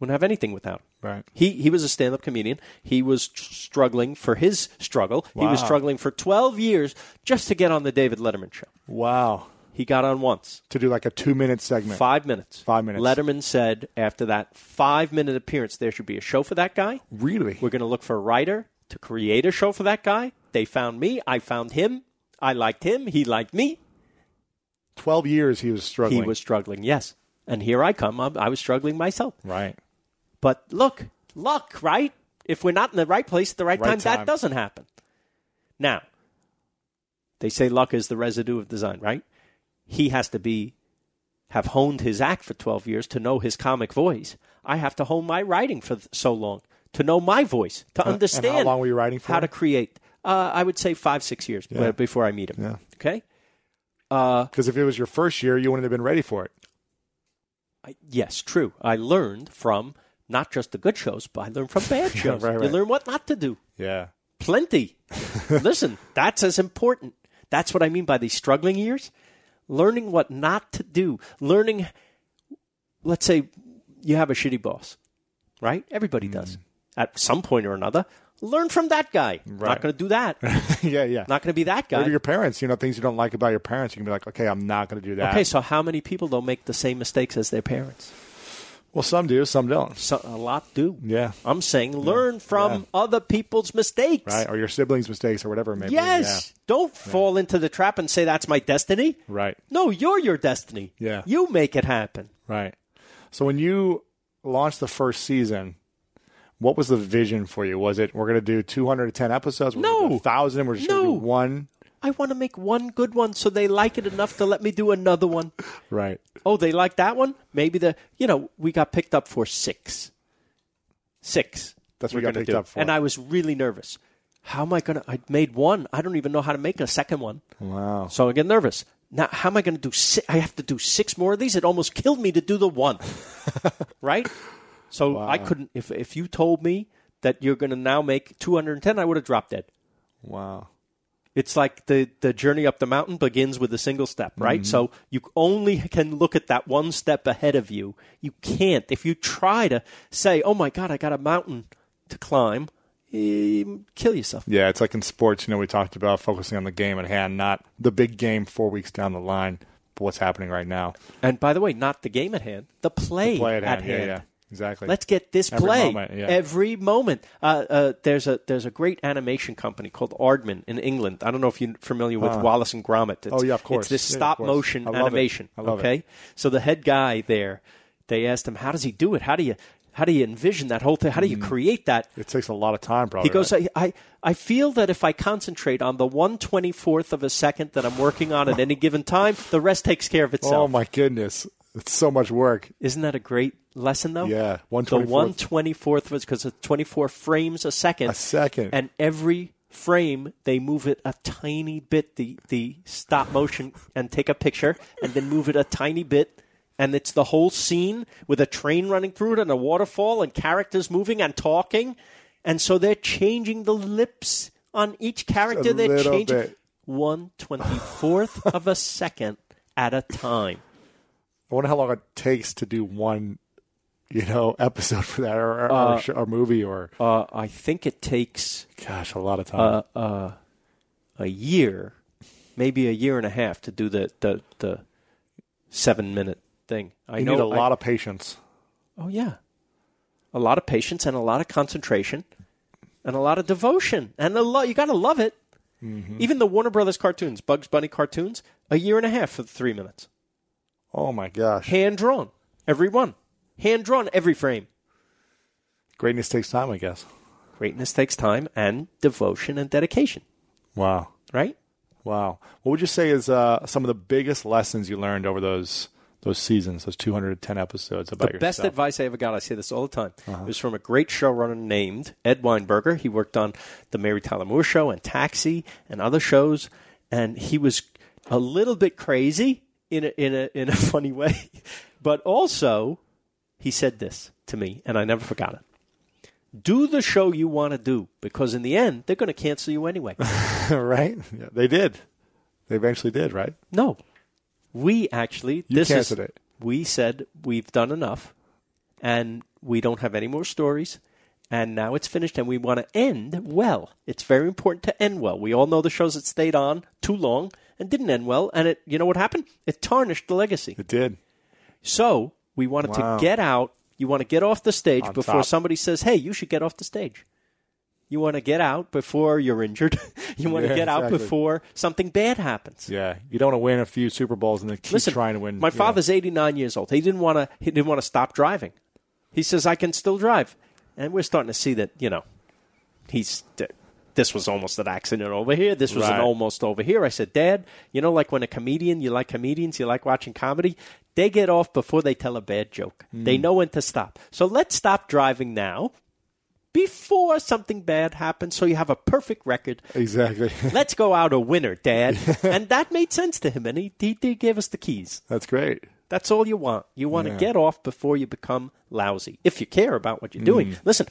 Speaker 3: Wouldn't have anything without him.
Speaker 4: Right.
Speaker 3: He he was a stand-up comedian. He was tr- struggling for his struggle. He was struggling for 12 years just to get on the David Letterman show.
Speaker 4: Wow.
Speaker 3: He got on once,
Speaker 4: To do like a 2 minute segment.
Speaker 3: five minutes.
Speaker 4: Five minutes.
Speaker 3: Letterman said after that five minute appearance, there should be a show for that guy.
Speaker 4: Really?
Speaker 3: We're going to look for a writer to create a show for that guy. They found me. I found him. I liked him. He liked me.
Speaker 4: 12 years he was struggling.
Speaker 3: He was struggling. Yes. And here I come. I'm, I was struggling myself.
Speaker 4: right.
Speaker 3: But look, luck, right? If we're not in the right place at the right,
Speaker 4: Right
Speaker 3: time,
Speaker 4: time.
Speaker 3: that doesn't happen. Now, they say luck is the residue of design, right? He has to be have honed his act for 12 years to know his comic voice. I have to hone my writing for th- so long to know my voice, to
Speaker 4: Uh, and how
Speaker 3: understand
Speaker 4: long were you writing for?
Speaker 3: How to create. Uh, I would say five, six years
Speaker 4: Yeah.
Speaker 3: b- before I meet him.
Speaker 4: Yeah.
Speaker 3: Okay? Uh,
Speaker 4: Cuz if it was your first year, you wouldn't have been ready for it.
Speaker 3: I, yes, true. I learned from not just the good shows, but I learned from bad
Speaker 4: Yeah,
Speaker 3: shows.
Speaker 4: right,
Speaker 3: You
Speaker 4: right.
Speaker 3: learn what not to do.
Speaker 4: Yeah.
Speaker 3: Plenty. Listen, that's as important. That's what I mean by these struggling years. Learning what not to do. Learning, let's say you have a shitty boss, right? Everybody
Speaker 4: Mm.
Speaker 3: does at some point or another. Learn from that guy. Not going to do that.
Speaker 4: yeah, yeah.
Speaker 3: not going to be that
Speaker 4: Maybe
Speaker 3: guy.
Speaker 4: your parents, you know, things you don't like about your parents, you can be like, okay, I'm not going to do that.
Speaker 3: Okay, so how many people don't make the same mistakes as their parents?
Speaker 4: Well, some do, some don't.
Speaker 3: So, a lot do.
Speaker 4: Yeah.
Speaker 3: I'm saying learn from other people's mistakes.
Speaker 4: Right? Or your siblings' mistakes or whatever maybe.
Speaker 3: Yes. Don't fall into the trap and say that's my destiny.
Speaker 4: Yeah. Right.
Speaker 3: No, you're your destiny.
Speaker 4: Yeah.
Speaker 3: You make it happen.
Speaker 4: Right. So when you launched the first season, what was the vision for you? Was it we're going to do 210 episodes? We're
Speaker 3: No.
Speaker 4: thousand. We're just going
Speaker 3: No.
Speaker 4: to do one.
Speaker 3: I want to make one good one so they like it enough to let me do another one.
Speaker 4: Right.
Speaker 3: Oh, they like that one? Maybe the, you know, we got picked up for six. Six.
Speaker 4: That's
Speaker 3: we're
Speaker 4: what you got
Speaker 3: gonna
Speaker 4: picked
Speaker 3: do.
Speaker 4: up for.
Speaker 3: And I was really nervous. How am I going to? I made one. I don't even know how to make a second one.
Speaker 4: Wow.
Speaker 3: So I get nervous. Now, how am I going to do six? I have to do six more of these. It almost killed me to do the one. right? So I couldn't. If, if you told me that you're going to now make 210, I would have dropped dead.
Speaker 4: Wow.
Speaker 3: It's like the, the journey up the mountain begins with a single step, right?
Speaker 4: Mm-hmm.
Speaker 3: So you only can look at that one step ahead of you. You can't. If you try to say, oh my God, I got a mountain to climb, eh, kill yourself.
Speaker 4: Yeah, it's like in sports, you know, we talked about focusing on the game at hand, not the big game four weeks down the line, but what's happening right now.
Speaker 3: And by the way, not the game at hand, the play,
Speaker 4: Play at, hand. Yeah, yeah. Exactly.
Speaker 3: Let's get this
Speaker 4: Every
Speaker 3: play
Speaker 4: moment, yeah.
Speaker 3: every moment. Uh, uh, there's a there's a great animation company called Aardman in England. I don't know if you're familiar with Wallace and Gromit. It's,
Speaker 4: Ah. Oh, yeah, of course.
Speaker 3: It's this
Speaker 4: Yeah, of
Speaker 3: stop
Speaker 4: course.
Speaker 3: motion
Speaker 4: I love it.
Speaker 3: animation.
Speaker 4: I love it.
Speaker 3: okay, so the head guy there, they asked him, "How does he do it? How do you how do you envision that whole thing? How do you create that?"
Speaker 4: It takes a lot of time, probably.
Speaker 3: He goes,
Speaker 4: Mm-hmm. right?
Speaker 3: I, I, I feel that if I concentrate on the 124th of a second that I'm working on at any given time, the rest takes care of
Speaker 4: Oh
Speaker 3: itself.
Speaker 4: my goodness, it's so much work.
Speaker 3: Isn't that a great lesson, though?
Speaker 4: Yeah,
Speaker 3: The
Speaker 4: 1/24th.
Speaker 3: 124th was because it's 24 frames a second.
Speaker 4: A second.
Speaker 3: And every frame, they move it a tiny bit, the, the stop motion, and take a picture, and then move it a tiny bit. And it's the whole scene with a train running through it and a waterfall and characters moving and talking. And so they're changing the lips on each character. they're
Speaker 4: little
Speaker 3: changing
Speaker 4: bit.
Speaker 3: 124th of a second at a time.
Speaker 4: I wonder how long it takes to do one, you know, episode for that or or, or, sh- or movie or
Speaker 3: Uh, I think it takes.
Speaker 4: gosh, a lot of time.
Speaker 3: Uh, a year, maybe a year and a half to do the the, the seven minute thing. I
Speaker 4: you
Speaker 3: know
Speaker 4: need a
Speaker 3: I-
Speaker 4: lot of patience.
Speaker 3: oh yeah, a lot of patience and a lot of concentration and a lot of devotion and a lot. You got to love it.
Speaker 4: Mm-hmm.
Speaker 3: Even the Warner Brothers cartoons, Bugs Bunny cartoons, a year and a half for three minutes,
Speaker 4: Oh my gosh,
Speaker 3: hand drawn, every one, hand drawn, every frame.
Speaker 4: greatness takes time, I guess.
Speaker 3: Greatness takes time and devotion and dedication,
Speaker 4: Wow,
Speaker 3: right?
Speaker 4: wow. What would you say is uh, some of the biggest lessons you learned over those those seasons, those two hundred and ten episodes about
Speaker 3: the
Speaker 4: yourself? Uh-huh.
Speaker 3: best advice I ever got, I say this all the time, It was from a great showrunner named Ed Weinberger. He worked on The Mary Tyler Moore Show and Taxi and other shows, and he was a little bit crazy in a, in a, in a funny way. But also, he said this to me, and I never forgot it. Do the show you want to do because, in the end, they're going to cancel you anyway.
Speaker 4: right? Yeah, they did. They eventually did, right?
Speaker 3: No, we actually
Speaker 4: You
Speaker 3: this
Speaker 4: canceled
Speaker 3: is,
Speaker 4: it.
Speaker 3: We said we've done enough, and we don't have any more stories. And now it's finished, and we want to end well. It's very important to end well. We all know the shows that stayed on too long and didn't end well, and it you know what happened? It tarnished the legacy.
Speaker 4: It did.
Speaker 3: So we wanted to get out. You want to get off the stage
Speaker 4: On
Speaker 3: before
Speaker 4: top.
Speaker 3: somebody says, "Hey, you should get off the stage." You want to get out before you're injured. you want to
Speaker 4: Yeah,
Speaker 3: get out
Speaker 4: exactly.
Speaker 3: before something bad happens.
Speaker 4: Yeah, you don't want to win a few Super Bowls and then keep
Speaker 3: Listen,
Speaker 4: trying to win.
Speaker 3: My
Speaker 4: you know.
Speaker 3: father's 89 years old. He didn't want to. He didn't want to stop driving. He says I can still drive, and we're starting to see that. You know, he's. th- This was almost an accident over here. This was an
Speaker 4: Right.
Speaker 3: almost over here. I said, Dad, you know, like when a comedian, you like comedians, you like watching comedy, they get off before they tell a bad joke.
Speaker 4: Hmm.
Speaker 3: They know when to stop. So let's stop driving now before something bad happens so you have a perfect record
Speaker 4: Exactly.
Speaker 3: let's go out a winner, Dad. and that made sense to him, and he, he, he gave us the keys.
Speaker 4: That's great.
Speaker 3: That's all you want. You want to get off before you become lousy, if you care about what you're doing.
Speaker 4: Mm.
Speaker 3: Listen,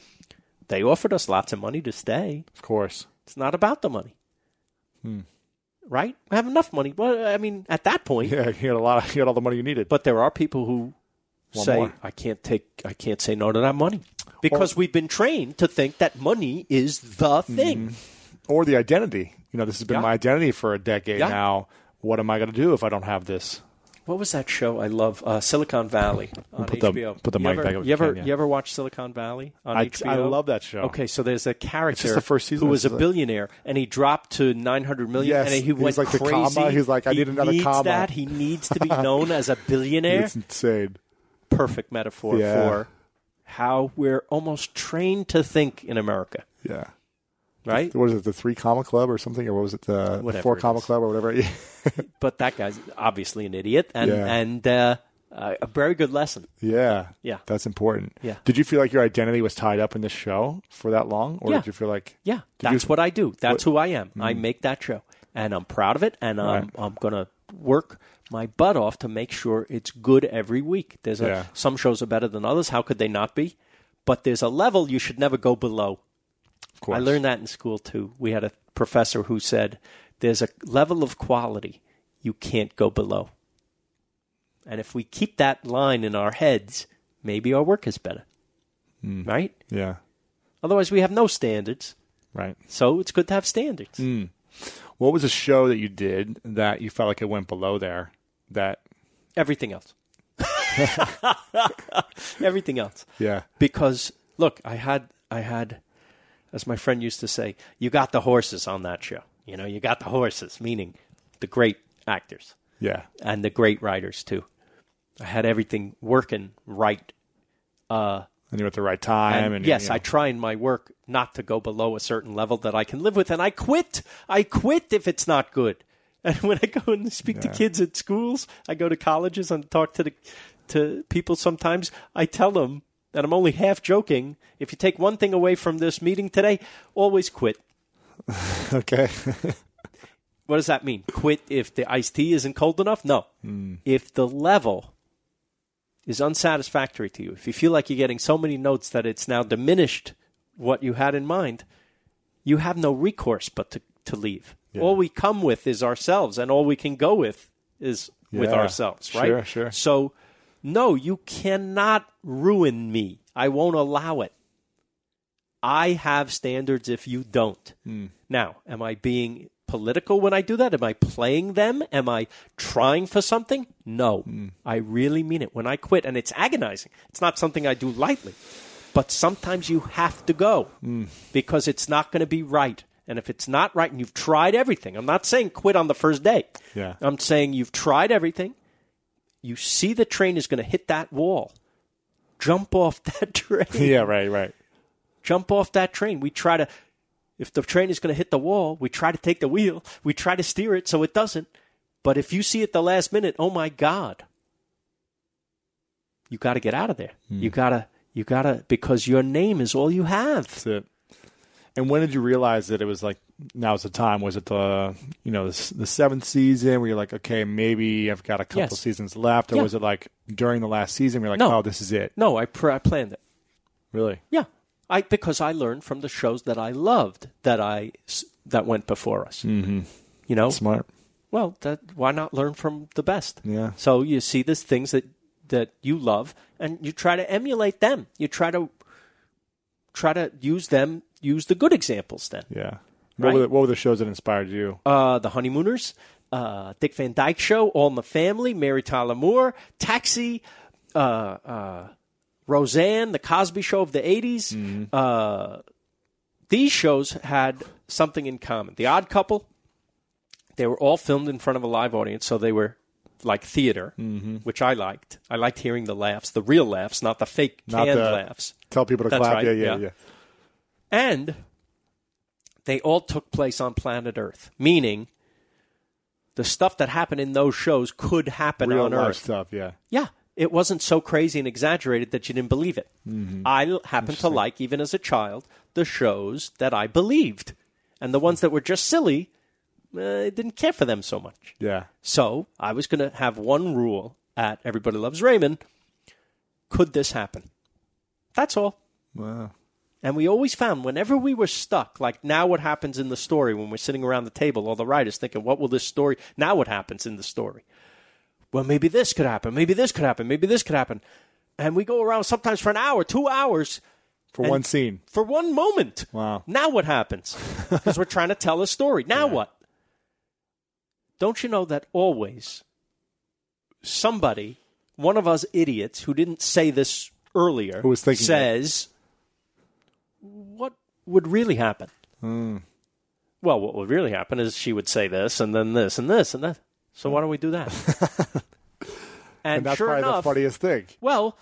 Speaker 3: they offered us lots of money to stay.
Speaker 4: Of course.
Speaker 3: It's not about the money.
Speaker 4: Hmm.
Speaker 3: Right? We have enough money. Well, I mean, at that point.
Speaker 4: Yeah, you had a lot. Of, you had all the money you needed.
Speaker 3: But there are people who say,
Speaker 4: more.
Speaker 3: I can't take, I can't say no to that money. Because we've been trained to think that money is the
Speaker 4: Mm-hmm.
Speaker 3: thing.
Speaker 4: or the identity. You know, this has been
Speaker 3: Yeah.
Speaker 4: my identity for a decade
Speaker 3: Yeah.
Speaker 4: now. What am I going to do if I don't have this?
Speaker 3: What was that show I love? Uh, Silicon Valley on
Speaker 4: Put the-
Speaker 3: HBO.
Speaker 4: put the
Speaker 3: you
Speaker 4: mic
Speaker 3: ever,
Speaker 4: back up if
Speaker 3: You
Speaker 4: you
Speaker 3: ever,
Speaker 4: can, yeah.
Speaker 3: you ever watch Silicon Valley on
Speaker 4: I,
Speaker 3: HBO?
Speaker 4: I love that show.
Speaker 3: Okay, so there's a character
Speaker 4: the first season,
Speaker 3: who was a
Speaker 4: it's like-
Speaker 3: billionaire and he dropped to 900 million
Speaker 4: Yes,
Speaker 3: and he
Speaker 4: he's
Speaker 3: went
Speaker 4: like the comma,
Speaker 3: crazy.
Speaker 4: he's like, I
Speaker 3: He
Speaker 4: need another
Speaker 3: needs
Speaker 4: comma.
Speaker 3: That. He needs to be known as a billionaire.
Speaker 4: it's insane.
Speaker 3: Perfect metaphor
Speaker 4: Yeah.
Speaker 3: for how we're almost trained to think in America.
Speaker 4: Yeah,
Speaker 3: right?
Speaker 4: What is it? The three comma club or something, or what was it? The, the
Speaker 3: Whatever
Speaker 4: four
Speaker 3: it
Speaker 4: comma
Speaker 3: is.
Speaker 4: club or whatever.
Speaker 3: But that guy's obviously an idiot, and
Speaker 4: Yeah.
Speaker 3: and uh, uh, a very good lesson.
Speaker 4: yeah.
Speaker 3: Yeah.
Speaker 4: That's important.
Speaker 3: Yeah.
Speaker 4: Did you feel like your identity was tied up in this show for that long, or
Speaker 3: Yeah.
Speaker 4: did you Mm. feel like
Speaker 3: Yeah, that's what I do. That's who I am. I make that show, and I'm proud of it. And I'm I'm gonna work my butt off to make sure it's good every week. There's a,
Speaker 4: Yeah.
Speaker 3: some shows are better than others. How could they not be? But there's a level you should never go below.
Speaker 4: Of course.
Speaker 3: I learned that in school too. We had a professor who said, "There's a level of quality you can't go below." And if we keep that line in our heads, maybe our work is better.
Speaker 4: Mm.
Speaker 3: Right?
Speaker 4: Yeah.
Speaker 3: Otherwise, we have no standards.
Speaker 4: Right.
Speaker 3: So it's good to have standards.
Speaker 4: What was a show that you did that you felt like it went below there? That
Speaker 3: Everything else. Everything else.
Speaker 4: yeah.
Speaker 3: Because look, I had I had as my friend used to say, you got the horses on that show. You know, you got the horses, meaning the great actors.
Speaker 4: Yeah.
Speaker 3: and the great writers too. I had everything working right. Uh,
Speaker 4: And you're at the right time.
Speaker 3: and
Speaker 4: And,
Speaker 3: yes,
Speaker 4: you know.
Speaker 3: I try in my work not to go below a certain level that I can live with, and I quit. I quit if it's not good. And when I go and speak to kids at schools, I go to colleges and talk to the to people. Sometimes I tell them, and I'm only half joking. If you take one thing away from this meeting today, always quit.
Speaker 4: okay.
Speaker 3: what does that mean? Quit if the iced tea isn't cold enough? No.
Speaker 4: Hmm.
Speaker 3: If the level is unsatisfactory to you, if you feel like you're getting so many notes that it's now diminished what you had in mind, you have no recourse but to, to leave. All we come with is ourselves, and all we can go with is with
Speaker 4: Yeah.
Speaker 3: ourselves, right?
Speaker 4: Sure, sure.
Speaker 3: So, no, you cannot ruin me. I won't allow it. I have standards if you don't.
Speaker 4: Hmm.
Speaker 3: Now, am I being political when I do that? Am I playing them? Am I trying for something? No.
Speaker 4: Hmm.
Speaker 3: I really mean it. When I quit, and it's agonizing, it's not something I do lightly. But sometimes you have to go
Speaker 4: Hmm.
Speaker 3: because it's not going to be right. And if it's not right and you've tried everything, I'm not saying quit on the first day.
Speaker 4: Yeah.
Speaker 3: I'm saying you've tried everything. You see the train is going to hit that wall. Jump off that train
Speaker 4: yeah. Right. Right.
Speaker 3: jump off that train. We try to, if the train is going to hit the wall, we try to take the wheel, we try to steer it so it doesn't. But if you see at the last minute, oh my God, you got to get out of there. You got to, you got to, because your name is all you have.
Speaker 4: That's it. And when did you realize that it was like now's the time? Was it the you know the, s- the seventh season where you're like, okay, maybe I've got a couple
Speaker 3: Yes.
Speaker 4: seasons left, or
Speaker 3: Yeah.
Speaker 4: was it like during the last season where you're like,
Speaker 3: No.
Speaker 4: oh, this is it?
Speaker 3: No, I, pr- I planned it.
Speaker 4: Really?
Speaker 3: Yeah, I because I learned from the shows that I loved that I s- that went before us. Mm-hmm. You know,
Speaker 4: Smart.
Speaker 3: Well, that, why not learn from the best?
Speaker 4: Yeah.
Speaker 3: So you see these things that that you love, and you try to emulate them. You try to try to use them, use the good examples. Then
Speaker 4: Yeah. What, were
Speaker 3: Right.
Speaker 4: the, what were the shows that inspired you?
Speaker 3: uh, the honeymooners, uh, Dick Van Dyke Show, All in the Family, Mary Tyler Moore, Taxi, uh, uh, Roseanne, The Cosby Show of the '80s.
Speaker 4: Mm-hmm.
Speaker 3: Uh, these shows had something in common. The Odd Couple. They were all filmed in front of a live audience, so they were like theater,
Speaker 4: Mm-hmm.
Speaker 3: which I liked. I liked hearing the laughs, the real laughs, not the fake
Speaker 4: Not
Speaker 3: canned
Speaker 4: the-
Speaker 3: laughs.
Speaker 4: Tell people to
Speaker 3: That's
Speaker 4: clap.
Speaker 3: right,
Speaker 4: Yeah, yeah,
Speaker 3: yeah.
Speaker 4: yeah.
Speaker 3: And they all took place on planet Earth, meaning the stuff that happened in those shows could happen
Speaker 4: Real
Speaker 3: on
Speaker 4: life
Speaker 3: Earth.
Speaker 4: stuff. Yeah.
Speaker 3: Yeah. It wasn't so crazy and exaggerated that you didn't believe it.
Speaker 4: Mm-hmm.
Speaker 3: I l- happened to like, even as a child, the shows that I believed. And the ones that were just silly, eh, I didn't care for them so much.
Speaker 4: Yeah.
Speaker 3: So I was going to have one rule at Everybody Loves Raymond. Could this happen? That's all.
Speaker 4: Wow.
Speaker 3: And we always found whenever we were stuck, like now what happens in the story when we're sitting around the table, all the writers thinking, what will this story, now what happens in the story? Well, maybe this could happen. Maybe this could happen. Maybe this could happen. And we go around sometimes for an hour, two hours
Speaker 4: For one scene.
Speaker 3: for one moment.
Speaker 4: Wow.
Speaker 3: Now what happens? Because we're trying to tell a story. Now what? Don't you know that always somebody, one of us idiots who didn't say this earlier,
Speaker 4: Who was thinking that.
Speaker 3: says, what would really happen?
Speaker 4: Hmm.
Speaker 3: Well, what would really happen is she would say this and then this and this and that. So why don't we do that? and,
Speaker 4: And that's
Speaker 3: sure
Speaker 4: probably
Speaker 3: enough,
Speaker 4: the funniest thing.
Speaker 3: well,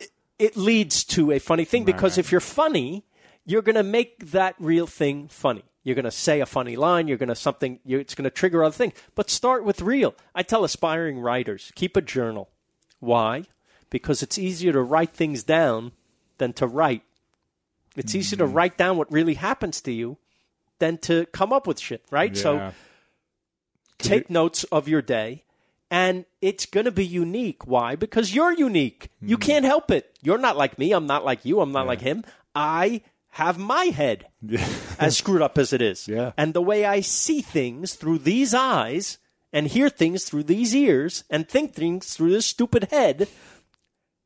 Speaker 3: it, it leads to a funny thing because if you're funny, you're going to make that real thing funny. You're going to say a funny line. You're going to something. You, it's going to trigger other things. But start with real. I tell aspiring writers keep a journal. Why? Because it's easier to write things down than to write. It's easier to write down what really happens to you than to come up with shit, right? So take notes of your day and it's going to be unique. Why? Because you're unique. You can't help it. You're not like me. I'm not like you. I'm not like him. I have my head as screwed up as it is.
Speaker 4: Yeah.
Speaker 3: And the way I see things through these eyes and hear things through these ears and think things through this stupid head,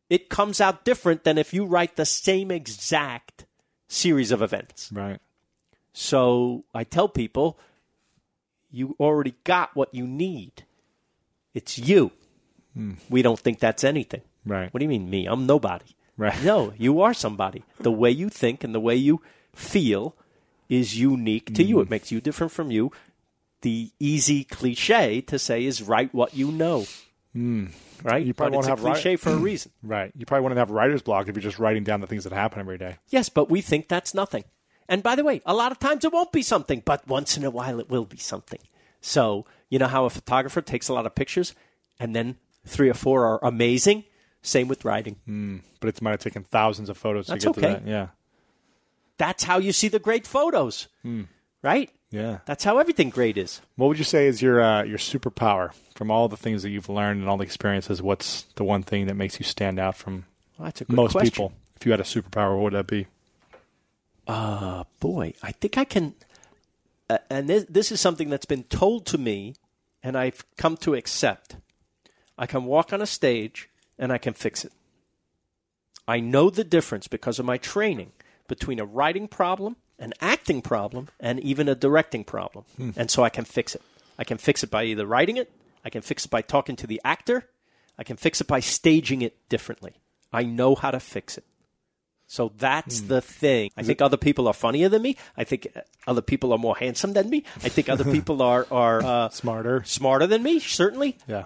Speaker 3: it comes out different than if you write the same exact series of events.
Speaker 4: Right.
Speaker 3: So I tell people, you already got what you need. It's you. We don't think that's anything.
Speaker 4: Hmm. Right.
Speaker 3: What do you mean, me? I'm nobody.
Speaker 4: Right.
Speaker 3: No, you are somebody. The way you think and the way you feel is unique to
Speaker 4: Hmm.
Speaker 3: you. It makes you different from you. The easy cliche to say is write what you know. Right? You
Speaker 4: probably
Speaker 3: but it's
Speaker 4: won't have
Speaker 3: a
Speaker 4: right-
Speaker 3: cliche for a reason.
Speaker 4: Right. You probably wouldn't have writer's block if you're just writing down the things that happen every day.
Speaker 3: Yes, but we think that's nothing. And by the way, a lot of times it won't be something, but once in a while it will be something. So, you know how a photographer takes a lot of pictures and then three or four are amazing? Same with writing.
Speaker 4: Hmm. But it might have taken thousands of photos
Speaker 3: That's
Speaker 4: to get
Speaker 3: okay.
Speaker 4: to that. Yeah.
Speaker 3: That's how you see the great photos,
Speaker 4: Hmm.
Speaker 3: right?
Speaker 4: Yeah.
Speaker 3: That's how everything great is.
Speaker 4: What would you say is your uh, your superpower from all the things that you've learned and all the experiences? What's the one thing that makes you stand out from
Speaker 3: Well, that's a good
Speaker 4: most
Speaker 3: question.
Speaker 4: people? If you had a superpower, what would that be?
Speaker 3: Uh, boy, I think I can. Uh, and this, this is something that's been told to me, and I've come to accept. I can walk on a stage and I can fix it. I know the difference because of my training between a writing problem, an acting problem, and even a directing problem. And so I can fix it. I can fix it by either writing it, I can fix it by talking to the actor, I can fix it by staging it differently. I know how to fix it. So that's the thing. I think other people are funnier than me. I think uh, other people are more handsome than me. I think other people are are uh,
Speaker 4: Smarter.
Speaker 3: smarter than me, certainly.
Speaker 4: Yeah.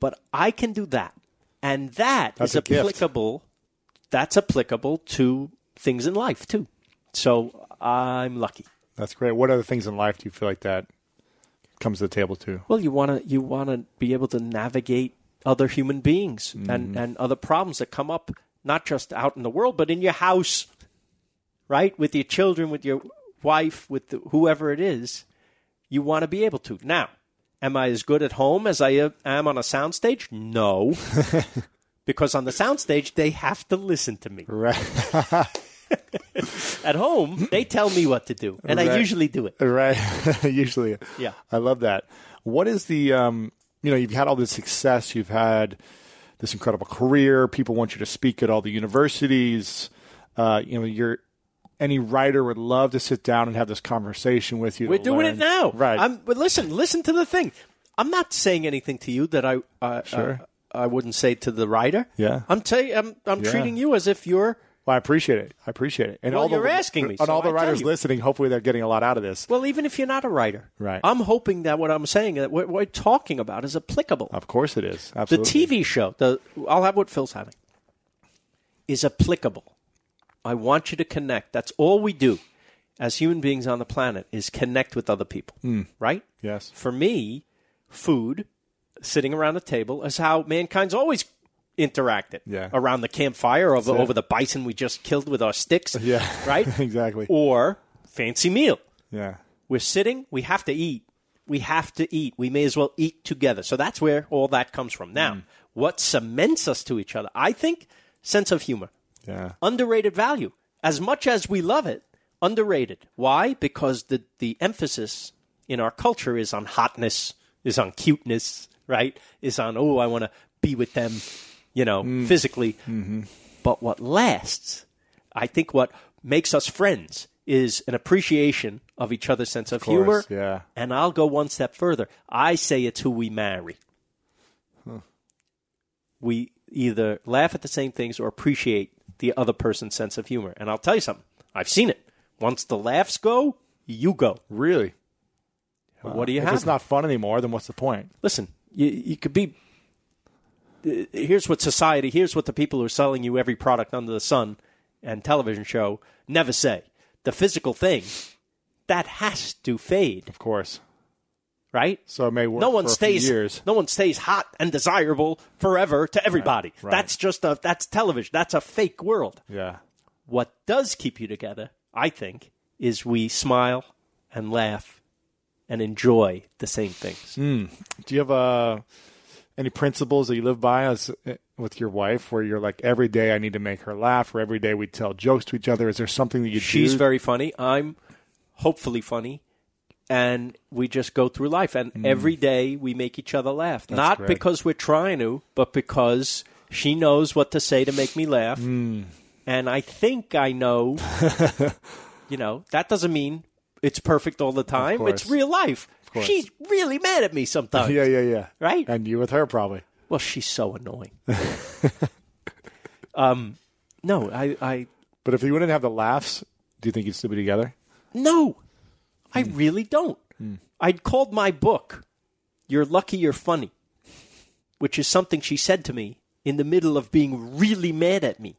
Speaker 3: But I can do that, and that
Speaker 4: That's
Speaker 3: is
Speaker 4: a gift.
Speaker 3: applicable. That's applicable to things in life too. So I'm lucky.
Speaker 4: That's great. What other things in life do you feel like that comes to the table too?
Speaker 3: Well, you want to you want to be able to navigate other human beings and and other problems that come up not just out in the world but in your house, right? With your children, with your wife, with the, whoever it is, you want to be able to. Now, am I as good at home as I am on a soundstage? No. Because on the soundstage, they have to listen to me.
Speaker 4: Right.
Speaker 3: At home, they tell me what to do, and I
Speaker 4: Right.
Speaker 3: usually do it.
Speaker 4: right. Usually.
Speaker 3: Yeah.
Speaker 4: I love that. What is the um you know, you've had all this success, you've had this incredible career, people want you to speak at all the universities. Uh, you know, you're any writer would love to sit down and have this conversation with you.
Speaker 3: We're
Speaker 4: to
Speaker 3: doing
Speaker 4: learn.
Speaker 3: it now.
Speaker 4: Right.
Speaker 3: I'm, but listen, listen to the thing. I'm not saying anything to you that I uh,
Speaker 4: Sure.
Speaker 3: uh, I wouldn't say to the writer.
Speaker 4: Yeah.
Speaker 3: I'm tell you, I'm I'm
Speaker 4: Yeah.
Speaker 3: treating you as if you're
Speaker 4: well, I appreciate it. I appreciate it. And
Speaker 3: Well,
Speaker 4: all the,
Speaker 3: you're asking me,
Speaker 4: And
Speaker 3: so
Speaker 4: all the
Speaker 3: I tell
Speaker 4: writers
Speaker 3: you.
Speaker 4: listening, hopefully they're getting a lot out of this.
Speaker 3: well, even if you're not a writer.
Speaker 4: Right.
Speaker 3: I'm hoping that what I'm saying that what we're talking about is applicable.
Speaker 4: Of course it is.
Speaker 3: the
Speaker 4: Absolutely.
Speaker 3: TV show, the I'll have what Phil's having, is applicable. I want you to connect. That's all we do as human beings on the planet is connect with other people,
Speaker 4: Hmm.
Speaker 3: right?
Speaker 4: Yes.
Speaker 3: For me, food, sitting around a table, is how mankind's always interacted.
Speaker 4: Yeah.
Speaker 3: Around the campfire, over,
Speaker 4: it.
Speaker 3: over the bison we just killed with our sticks.
Speaker 4: Yeah.
Speaker 3: Right?
Speaker 4: Exactly.
Speaker 3: Or fancy meal.
Speaker 4: Yeah.
Speaker 3: We're sitting, we have to eat. We have to eat. We may as well eat together. So that's where all that comes from. Now,
Speaker 4: Mm.
Speaker 3: what cements us to each other? I think sense of humor.
Speaker 4: Yeah.
Speaker 3: Underrated value. As much as we love it, underrated. Why? Because the, the emphasis in our culture is on hotness, is on cuteness, right? Is on, oh, I want to be with them, you know, physically. But what lasts, I think what makes us friends is an appreciation of each other's sense of, humor.
Speaker 4: course, yeah.
Speaker 3: And I'll go one step further. I say it's who we marry. We either laugh at the same things or appreciate the other person's sense of humor. And I'll tell you something. I've seen it. Once the laughs go, you go.
Speaker 4: Really?
Speaker 3: what do you
Speaker 4: If
Speaker 3: have?
Speaker 4: it's not fun anymore, then what's the point?
Speaker 3: Listen, you, you could be. uh, Here's what society, here's what the people who are selling you every product under the sun and television show never say. the physical thing, that has to fade,
Speaker 4: Of course.
Speaker 3: right?
Speaker 4: So it may work
Speaker 3: no one
Speaker 4: for a few
Speaker 3: stays
Speaker 4: years.
Speaker 3: no one stays hot and desirable forever to everybody.
Speaker 4: right.
Speaker 3: That's just a that's television. That's a fake world.
Speaker 4: Yeah.
Speaker 3: What does keep you together, I think, is we smile and laugh and enjoy the same things.
Speaker 4: Do you have uh, any principles that you live by as eh, with your wife, where you're like every day I need to make her laugh, or every day we tell jokes to each other? Is there something that you
Speaker 3: She's
Speaker 4: do?
Speaker 3: very funny. I'm hopefully funny. And we just go through life. And every day we make each other laugh. Not
Speaker 4: Hmm. great.
Speaker 3: because we're trying to, but because she knows what to say to make me laugh.
Speaker 4: Hmm.
Speaker 3: And I think I know, you know, that doesn't mean it's perfect all the time. It's
Speaker 4: course.
Speaker 3: real life. She's really mad at me sometimes.
Speaker 4: yeah, yeah, yeah.
Speaker 3: Right?
Speaker 4: And you with her probably.
Speaker 3: Well, she's so annoying. um, no, I, I
Speaker 4: But if you wouldn't have the laughs, do you think you'd still be together?
Speaker 3: no, I
Speaker 4: Hmm.
Speaker 3: really don't. I'd called my book "You're Lucky You're Funny," which is something she said to me in the middle of being really mad at me.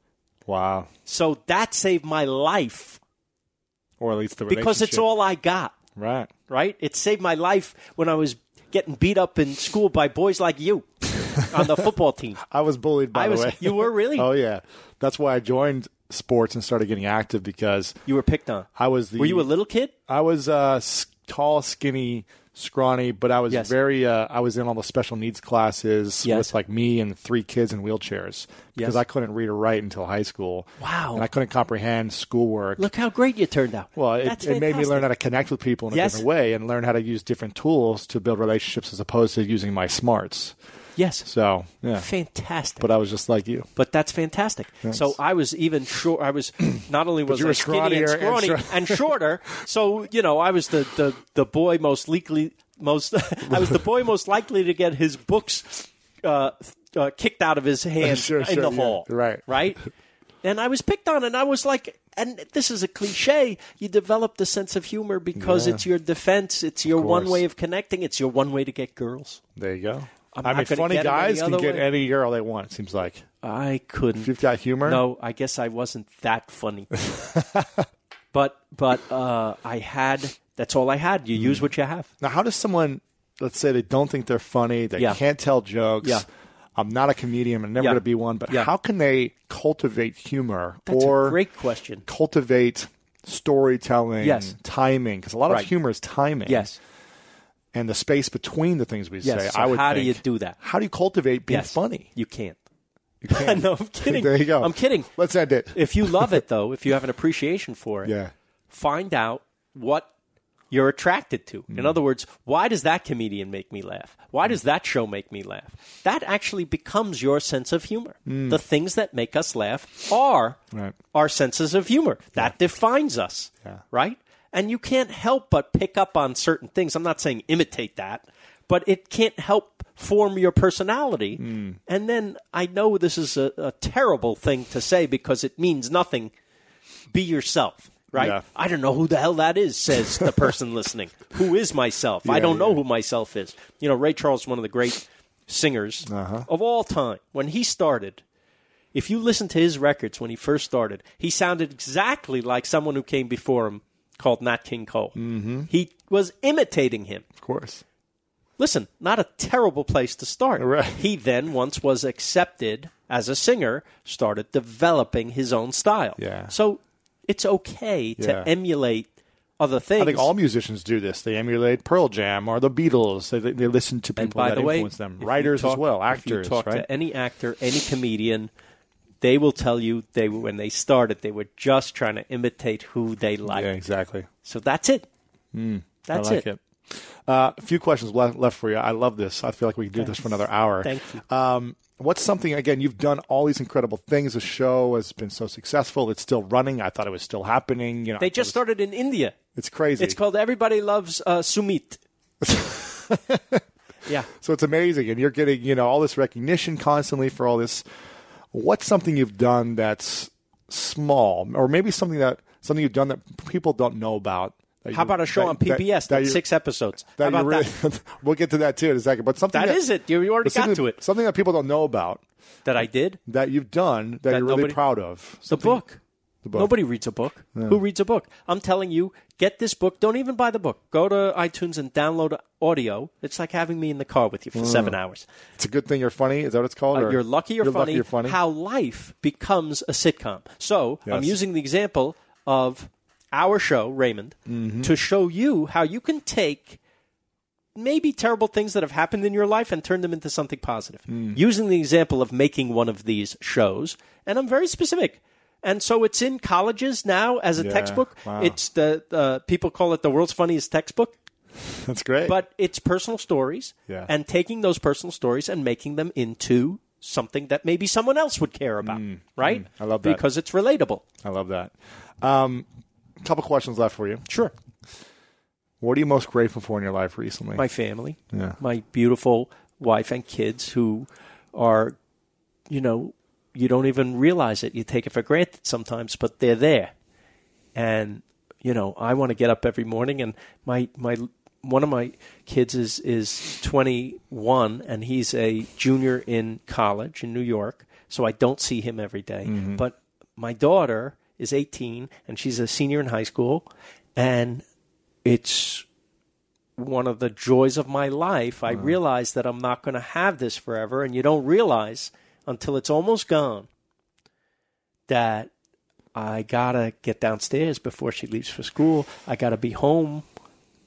Speaker 4: Wow.
Speaker 3: So that saved my life
Speaker 4: Or at least the
Speaker 3: because it's
Speaker 4: relationship.
Speaker 3: all I got.
Speaker 4: right.
Speaker 3: Right? It saved my life when I was getting beat up in school by boys like you on the football team.
Speaker 4: I was bullied. By
Speaker 3: I
Speaker 4: the
Speaker 3: was-
Speaker 4: way,
Speaker 3: you were really?
Speaker 4: oh yeah, that's why I joined sports and started getting active because
Speaker 3: You were picked on.
Speaker 4: I was the
Speaker 3: Were you a little kid?
Speaker 4: I was uh, s- tall, skinny, scrawny, but I was
Speaker 3: Yes.
Speaker 4: very. Uh, I was in all the special needs classes
Speaker 3: Yes.
Speaker 4: with like me and three kids in wheelchairs
Speaker 3: Yes.
Speaker 4: because I couldn't read or write until high school.
Speaker 3: Wow.
Speaker 4: And I couldn't comprehend schoolwork.
Speaker 3: Look how great you turned out.
Speaker 4: well, it,
Speaker 3: That's
Speaker 4: it made me
Speaker 3: fantastic.
Speaker 4: learn how to connect with people in a
Speaker 3: Yes.
Speaker 4: different way and learn how to use different tools to build relationships as opposed to using my smarts.
Speaker 3: Yes,
Speaker 4: So yeah,
Speaker 3: fantastic.
Speaker 4: but
Speaker 3: But,
Speaker 4: I was just like you.
Speaker 3: that's fantastic. So I was even short. I was not only was
Speaker 4: you
Speaker 3: I
Speaker 4: were
Speaker 3: skinny and
Speaker 4: scrawnier and
Speaker 3: scrawny and,
Speaker 4: short-
Speaker 3: shorter. So you know, I was the the, the boy most likely most. I was the boy most likely to get his books uh, uh, kicked out of his hands
Speaker 4: Sure,
Speaker 3: in
Speaker 4: sure,
Speaker 3: the
Speaker 4: yeah.
Speaker 3: hall.
Speaker 4: Right.
Speaker 3: right. And I was picked on, and I was like. And this is a cliche. You develop the sense of humor because it's your defense. It's your one
Speaker 4: course.
Speaker 3: way of connecting. It's your one way to get girls.
Speaker 4: There you go.
Speaker 3: I'm
Speaker 4: I
Speaker 3: not
Speaker 4: mean,
Speaker 3: gonna
Speaker 4: funny
Speaker 3: get it any
Speaker 4: guys can
Speaker 3: other
Speaker 4: get
Speaker 3: way.
Speaker 4: any girl they want. It seems like
Speaker 3: I couldn't.
Speaker 4: if you've got humor.
Speaker 3: No, I guess I wasn't that funny. but but uh, I had. That's all I had. You
Speaker 4: Hmm.
Speaker 3: use what you have.
Speaker 4: Now, how does someone, let's say they don't think they're funny, they
Speaker 3: Yeah.
Speaker 4: can't tell jokes?
Speaker 3: Yeah.
Speaker 4: I'm not a comedian. I'm never
Speaker 3: Yeah.
Speaker 4: going to be one. But
Speaker 3: Yeah.
Speaker 4: how can they cultivate humor
Speaker 3: That's
Speaker 4: or
Speaker 3: a great question.
Speaker 4: cultivate storytelling,
Speaker 3: Yes.
Speaker 4: timing? Because a lot
Speaker 3: Right.
Speaker 4: of humor is timing.
Speaker 3: Yes.
Speaker 4: And the space between the things we
Speaker 3: Yes.
Speaker 4: say.
Speaker 3: So
Speaker 4: I would
Speaker 3: how do you
Speaker 4: think.
Speaker 3: do that?
Speaker 4: How do you cultivate being
Speaker 3: yes.
Speaker 4: funny?
Speaker 3: You can't.
Speaker 4: You can't.
Speaker 3: no, I'm kidding.
Speaker 4: there you go.
Speaker 3: I'm kidding.
Speaker 4: Let's end it.
Speaker 3: If you love it though, if you have an appreciation for it,
Speaker 4: Yeah.
Speaker 3: find out what you're attracted to. In other words, why does that comedian make me laugh? Why does that show make me laugh? That actually becomes your sense of humor. The things that make us laugh are
Speaker 4: Right.
Speaker 3: our senses of humor. That defines us, right? And you can't help but pick up on certain things. I'm not saying imitate that, but it can't help form your personality. And then I know this is a, a terrible thing to say because it means nothing be yourself right
Speaker 4: Yeah.
Speaker 3: i don't know who the hell that is says the person listening who is myself i don't know who myself is you know ray charles is one of the great singers of all time when he started if you listen to his records when he first started he sounded exactly like someone who came before him called nat king cole mm-hmm. he was imitating him
Speaker 4: Of course.
Speaker 3: Listen, not a terrible place to start.
Speaker 4: Right.
Speaker 3: He then, once was accepted as a singer, started developing his own style.
Speaker 4: Yeah.
Speaker 3: So it's okay to
Speaker 4: Yeah.
Speaker 3: emulate other things.
Speaker 4: I think all musicians do this. They emulate Pearl Jam or the Beatles. They, they listen to people
Speaker 3: and by
Speaker 4: that
Speaker 3: the way,
Speaker 4: influence them.
Speaker 3: if you
Speaker 4: Writers as
Speaker 3: talk-
Speaker 4: well,
Speaker 3: if you
Speaker 4: actors,
Speaker 3: talk
Speaker 4: right?
Speaker 3: to any actor, any comedian, they will tell you they were- when they started they were just trying to imitate who they liked.
Speaker 4: yeah, exactly.
Speaker 3: So that's it. that's
Speaker 4: I like it. Uh, a few questions le- left for you. I love this. I feel like we could do this for another hour.
Speaker 3: Thank you.
Speaker 4: Um, what's something, again, you've done all these incredible things. The show has been so successful. It's still running. I thought it was still happening. You know,
Speaker 3: They just started in India.
Speaker 4: It's crazy.
Speaker 3: It's called Everybody Loves uh, Sumit. yeah.
Speaker 4: so it's amazing. And you're getting, you know, all this recognition constantly for all this. What's something you've done that's small or maybe something that something you've done that people don't know about? that
Speaker 3: How
Speaker 4: you-
Speaker 3: about a show
Speaker 4: that-
Speaker 3: on
Speaker 4: that-
Speaker 3: PBS that's
Speaker 4: that you-
Speaker 3: six episodes?
Speaker 4: that
Speaker 3: How about
Speaker 4: you really,
Speaker 3: that?
Speaker 4: we'll get to that too in a second. But something
Speaker 3: That
Speaker 4: that
Speaker 3: is it. You already
Speaker 4: but something-
Speaker 3: got to it.
Speaker 4: Something that people don't know about
Speaker 3: That I did?
Speaker 4: that you've done that,
Speaker 3: That
Speaker 4: you're really
Speaker 3: nobody-
Speaker 4: proud of.
Speaker 3: The book.
Speaker 4: The the book.
Speaker 3: Nobody reads a book. Who reads a book? I'm telling you, get this book. Don't even buy the book. Go to iTunes and download audio. It's like having me in the car with you
Speaker 4: Mm.
Speaker 3: for seven hours.
Speaker 4: It's a good thing you're funny. Is that what it's called?
Speaker 3: Uh,
Speaker 4: Or
Speaker 3: you're lucky you're, funny,
Speaker 4: you're funny.
Speaker 3: How life becomes a sitcom. So I'm using the example of our show, Raymond, to show you how you can take maybe terrible things that have happened in your life and turn them into something positive. Using the example of making one of these shows, and I'm very specific. And so it's in colleges now as a textbook. It's the uh, people call it the world's funniest textbook
Speaker 4: That's great.
Speaker 3: but it's personal stories
Speaker 4: Yeah.
Speaker 3: and taking those personal stories and making them into something that maybe someone else would care about, right?
Speaker 4: Mm. I love that.
Speaker 3: Because it's relatable.
Speaker 4: I love that. Um, couple questions left for you.
Speaker 3: Sure.
Speaker 4: What are you most grateful for in your life recently?
Speaker 3: My family, my beautiful wife and kids who are, you know, you don't even realize it. You take it for granted sometimes, but they're there. And, you know, I want to get up every morning and my, my, one of my kids is, is 21 and he's a junior in college in New York. So I don't see him every day. But my daughter is 18 and she's a senior in high school. And it's one of the joys of my life. I realize that I'm not going to have this forever, and you don't realize until it's almost gone that I gotta get downstairs before she leaves for school. I gotta be home.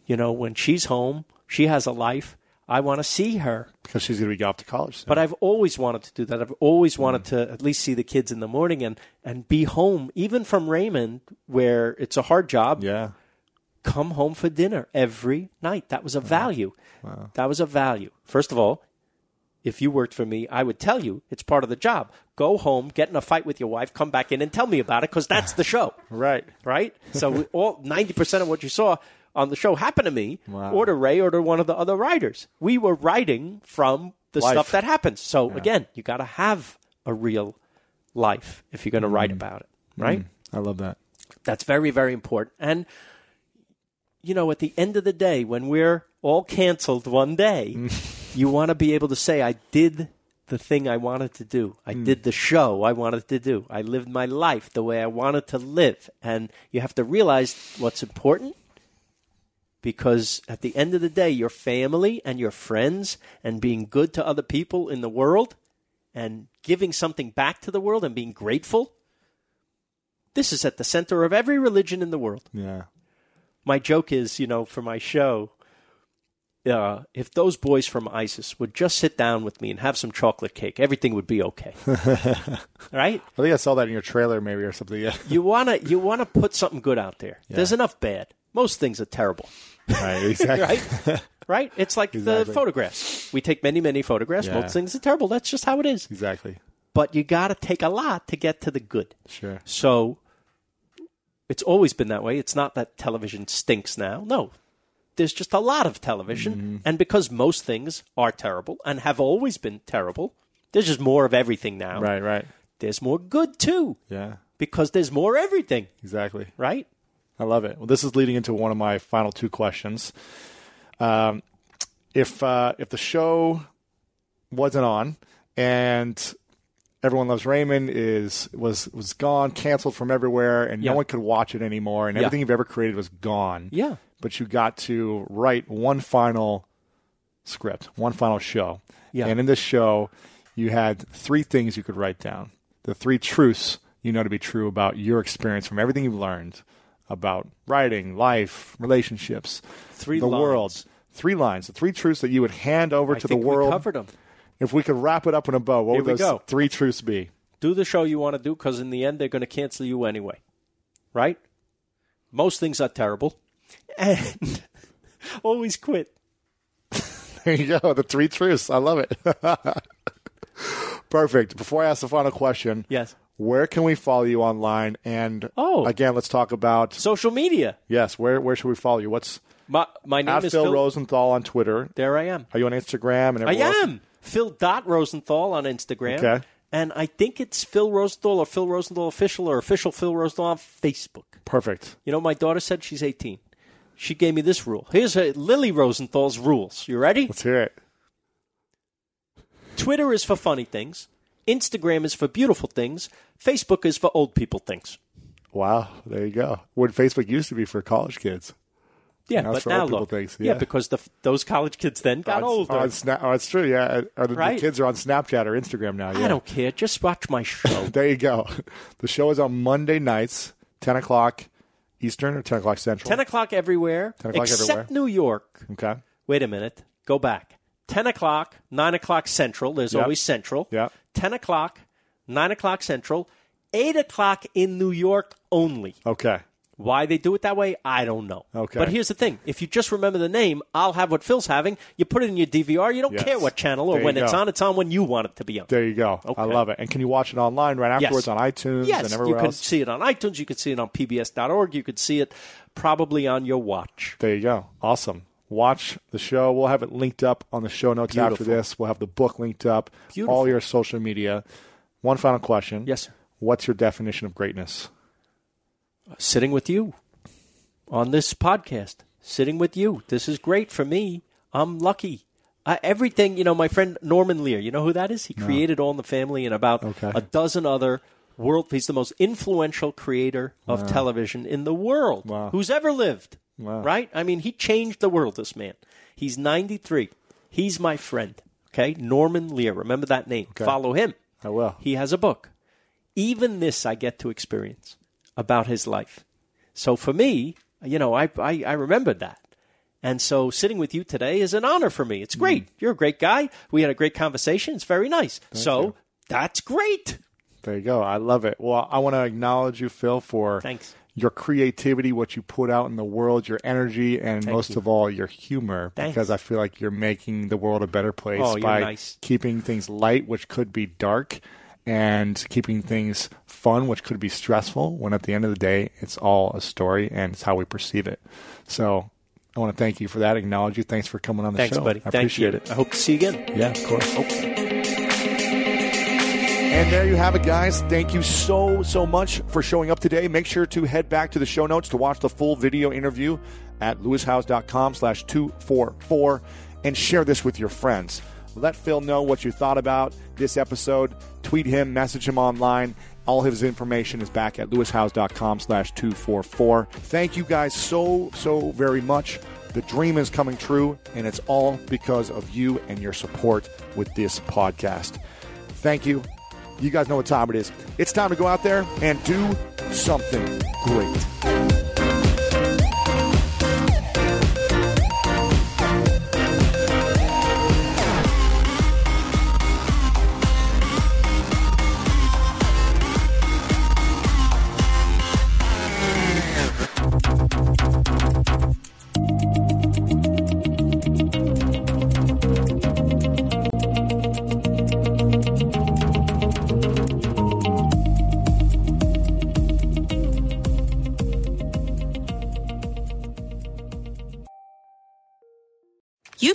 Speaker 3: You know, when she's home, she has a life. I want to see her.
Speaker 4: because she's going to be off to college. soon.
Speaker 3: But I've always wanted to do that. I've always wanted to at least see the kids in the morning and and be home, even from Raymond, where it's a hard job
Speaker 4: yeah.
Speaker 3: come home for dinner every night. That was a value. That was a value. First of all, if you worked for me, I would tell you it's part of the job. Go home, get in a fight with your wife, come back in and tell me about it because that's the show,
Speaker 4: Right.
Speaker 3: right? So we- all 90% of what you saw on the show happened to me or to Ray or to one of the other writers. We were writing from the stuff that happens. So again, you got to have a real life if you're going to write about it, right?
Speaker 4: I love that.
Speaker 3: That's very, very important. And, you know, at the end of the day, when we're all canceled one day, you want to be able to say, I did the thing I wanted to do. I did the show I wanted to do. I lived my life the way I wanted to live. And you have to realize what's important because at the end of the day, your family and your friends and being good to other people in the world and giving something back to the world and being grateful. This is at the center of every religion in the world.
Speaker 4: Yeah.
Speaker 3: My joke is, you know, for my show, uh, if those boys from ISIS would just sit down with me and have some chocolate cake, everything would be okay. right?
Speaker 4: I think I saw that in your trailer, maybe or something. Yeah.
Speaker 3: You wanna you wanna put something good out there. There's enough bad. Most things are terrible.
Speaker 4: right. Exactly.
Speaker 3: right? right? It's like the
Speaker 4: Exactly.
Speaker 3: photographs. We take many, many photographs.
Speaker 4: Yeah.
Speaker 3: Most things are terrible. That's just how it is.
Speaker 4: Exactly.
Speaker 3: But you got to take a lot to get to the good.
Speaker 4: Sure.
Speaker 3: So it's always been that way. It's not that television stinks now. No. There's just a lot of television.
Speaker 4: Mm-hmm.
Speaker 3: And because most things are terrible and have always been terrible, there's just more of everything now.
Speaker 4: Right. Right.
Speaker 3: There's more good too
Speaker 4: Yeah.
Speaker 3: because there's more everything,
Speaker 4: Exactly.
Speaker 3: right?
Speaker 4: I love it. Well, this is leading into one of my final two questions. Um, if uh, if the show wasn't on and everyone loves Raymond is was was gone, canceled from everywhere, and
Speaker 3: Yeah.
Speaker 4: no one could watch it anymore, and
Speaker 3: Yeah.
Speaker 4: everything you've ever created was gone.
Speaker 3: Yeah.
Speaker 4: But you got to write one final script, one final show.
Speaker 3: Yeah.
Speaker 4: And in this show, you had three things you could write down the three truths you know to be true about your experience from everything you've learned about writing, life, relationships,
Speaker 3: Three
Speaker 4: the
Speaker 3: lines.
Speaker 4: world. Three lines, the three truths that you would hand over
Speaker 3: I
Speaker 4: to
Speaker 3: think
Speaker 4: the world.
Speaker 3: we covered them.
Speaker 4: If we could wrap it up in a bow, what
Speaker 3: Here we
Speaker 4: would those
Speaker 3: go.
Speaker 4: three truths be?
Speaker 3: do the show you want to do because in the end they're going to cancel you anyway right most things are terrible and always quit
Speaker 4: There you go, the three truths. I love it. Perfect. Before I ask the final question,
Speaker 3: yes
Speaker 4: where can we follow you online? And
Speaker 3: Oh.
Speaker 4: again, let's talk about
Speaker 3: social media
Speaker 4: Yes. Where where should we follow you? What's
Speaker 3: my, my name
Speaker 4: at Phil,
Speaker 3: is phil
Speaker 4: Rosenthal on Twitter?
Speaker 3: there i am
Speaker 4: Are you on Instagram and
Speaker 3: i
Speaker 4: everywhere else?
Speaker 3: am phil dot rosenthal on instagram
Speaker 4: Okay.
Speaker 3: and i think it's phil rosenthal or phil rosenthal official or official phil rosenthal on facebook
Speaker 4: Perfect.
Speaker 3: You know, my daughter said she's 18. She gave me this rule. Here's her, Lily Rosenthal's rules. You ready?
Speaker 4: Let's hear it.
Speaker 3: Twitter is for funny things. Instagram is for beautiful things. Facebook is for old people things.
Speaker 4: Wow, there you go. What Facebook used to be for college kids.
Speaker 3: Yeah,
Speaker 4: That's
Speaker 3: but
Speaker 4: what old
Speaker 3: now
Speaker 4: people
Speaker 3: look,
Speaker 4: think,
Speaker 3: yeah.
Speaker 4: yeah.
Speaker 3: because the, those college kids then got
Speaker 4: on,
Speaker 3: older.
Speaker 4: on Sna- oh, it's true. Yeah, Or the, the
Speaker 3: Right.
Speaker 4: kids are on Snapchat or Instagram now. Yeah.
Speaker 3: I don't care. Just watch my show.
Speaker 4: There you go. The show is on Monday nights, ten o'clock Eastern or ten o'clock Central.
Speaker 3: Ten o'clock everywhere,
Speaker 4: 10 o'clock
Speaker 3: except
Speaker 4: everywhere.
Speaker 3: New York.
Speaker 4: Okay.
Speaker 3: Wait a minute. Go back. Ten o'clock, nine o'clock Central. There's
Speaker 4: Yep.
Speaker 3: always Central.
Speaker 4: Yep.
Speaker 3: Ten o'clock, nine o'clock Central. Eight o'clock in New York only.
Speaker 4: Okay.
Speaker 3: Why they do it that way, I don't know.
Speaker 4: Okay.
Speaker 3: But here's the thing: if you just remember the name, I'll have what Phil's having. You put it in your DVR. You don't
Speaker 4: Yes.
Speaker 3: care what channel or
Speaker 4: There you
Speaker 3: when it's
Speaker 4: go.
Speaker 3: on. It's on when you want it to be on.
Speaker 4: There you go. I
Speaker 3: Okay.
Speaker 4: love it. And can you watch it online right afterwards on iTunes
Speaker 3: yes,
Speaker 4: and everywhere
Speaker 3: you can
Speaker 4: else?
Speaker 3: see it on iTunes. You can see it on PBS.org. You could see it probably on your watch.
Speaker 4: There you go. Awesome. Watch the show. We'll have it linked up on the show notes after
Speaker 3: Beautiful.
Speaker 4: this. We'll have the book linked up,
Speaker 3: Beautiful.
Speaker 4: all your social media. One final question.
Speaker 3: Yes, sir.
Speaker 4: What's your definition of greatness?
Speaker 3: Sitting with you on this podcast. Sitting with you. This is great for me. I'm lucky. I, everything, you know, my friend Norman Lear, you know who that is? He created All in the Family and about
Speaker 4: Okay.
Speaker 3: a dozen other world. He's the most influential creator of television in the world who's ever lived. Right? I mean, he changed the world, this man. He's 93. He's my friend. Okay? Norman Lear. Remember that name. Follow him.
Speaker 4: I will.
Speaker 3: He has a book. Even this I get to experience about his life. So for me, you know, I, I, I remembered that. And so sitting with you today is an honor for me. It's great.
Speaker 4: Mm.
Speaker 3: You're a great guy. We had a great conversation. It's very nice. so that's great.
Speaker 4: There you go. I love it. Well, I want to acknowledge you, Phil, for
Speaker 3: Thanks.
Speaker 4: your creativity, what you put out in the world, your energy, and most of all, your humor.
Speaker 3: Thanks.
Speaker 4: Because I feel like you're making the world a better place
Speaker 3: Oh, you're
Speaker 4: by
Speaker 3: nice.
Speaker 4: keeping things light, which could be dark, and keeping things fun, which could be stressful. When at the end of the day, it's all a story and it's how we perceive it. So I want to thank you for that. Acknowledge you. Thanks for coming on the
Speaker 3: Thanks,
Speaker 4: show.
Speaker 3: buddy.
Speaker 4: I
Speaker 3: Thank
Speaker 4: appreciate
Speaker 3: you.
Speaker 4: it.
Speaker 3: I hope to see you again.
Speaker 4: Yeah, of course. And there you have it, guys. Thank you so, so much for showing up today. Make sure to head back to the show notes to watch the full video interview at lewishouse.com slash 244 and share this with your friends. Let Phil know what you thought about this episode. Tweet him, message him online. All his information is back at lewishouse.com slash 244. Thank you guys so, so very much. The dream is coming true, and it's all because of you and your support with this podcast. Thank you. You guys know what time it is. It's time to go out there and do something great.
Speaker 6: you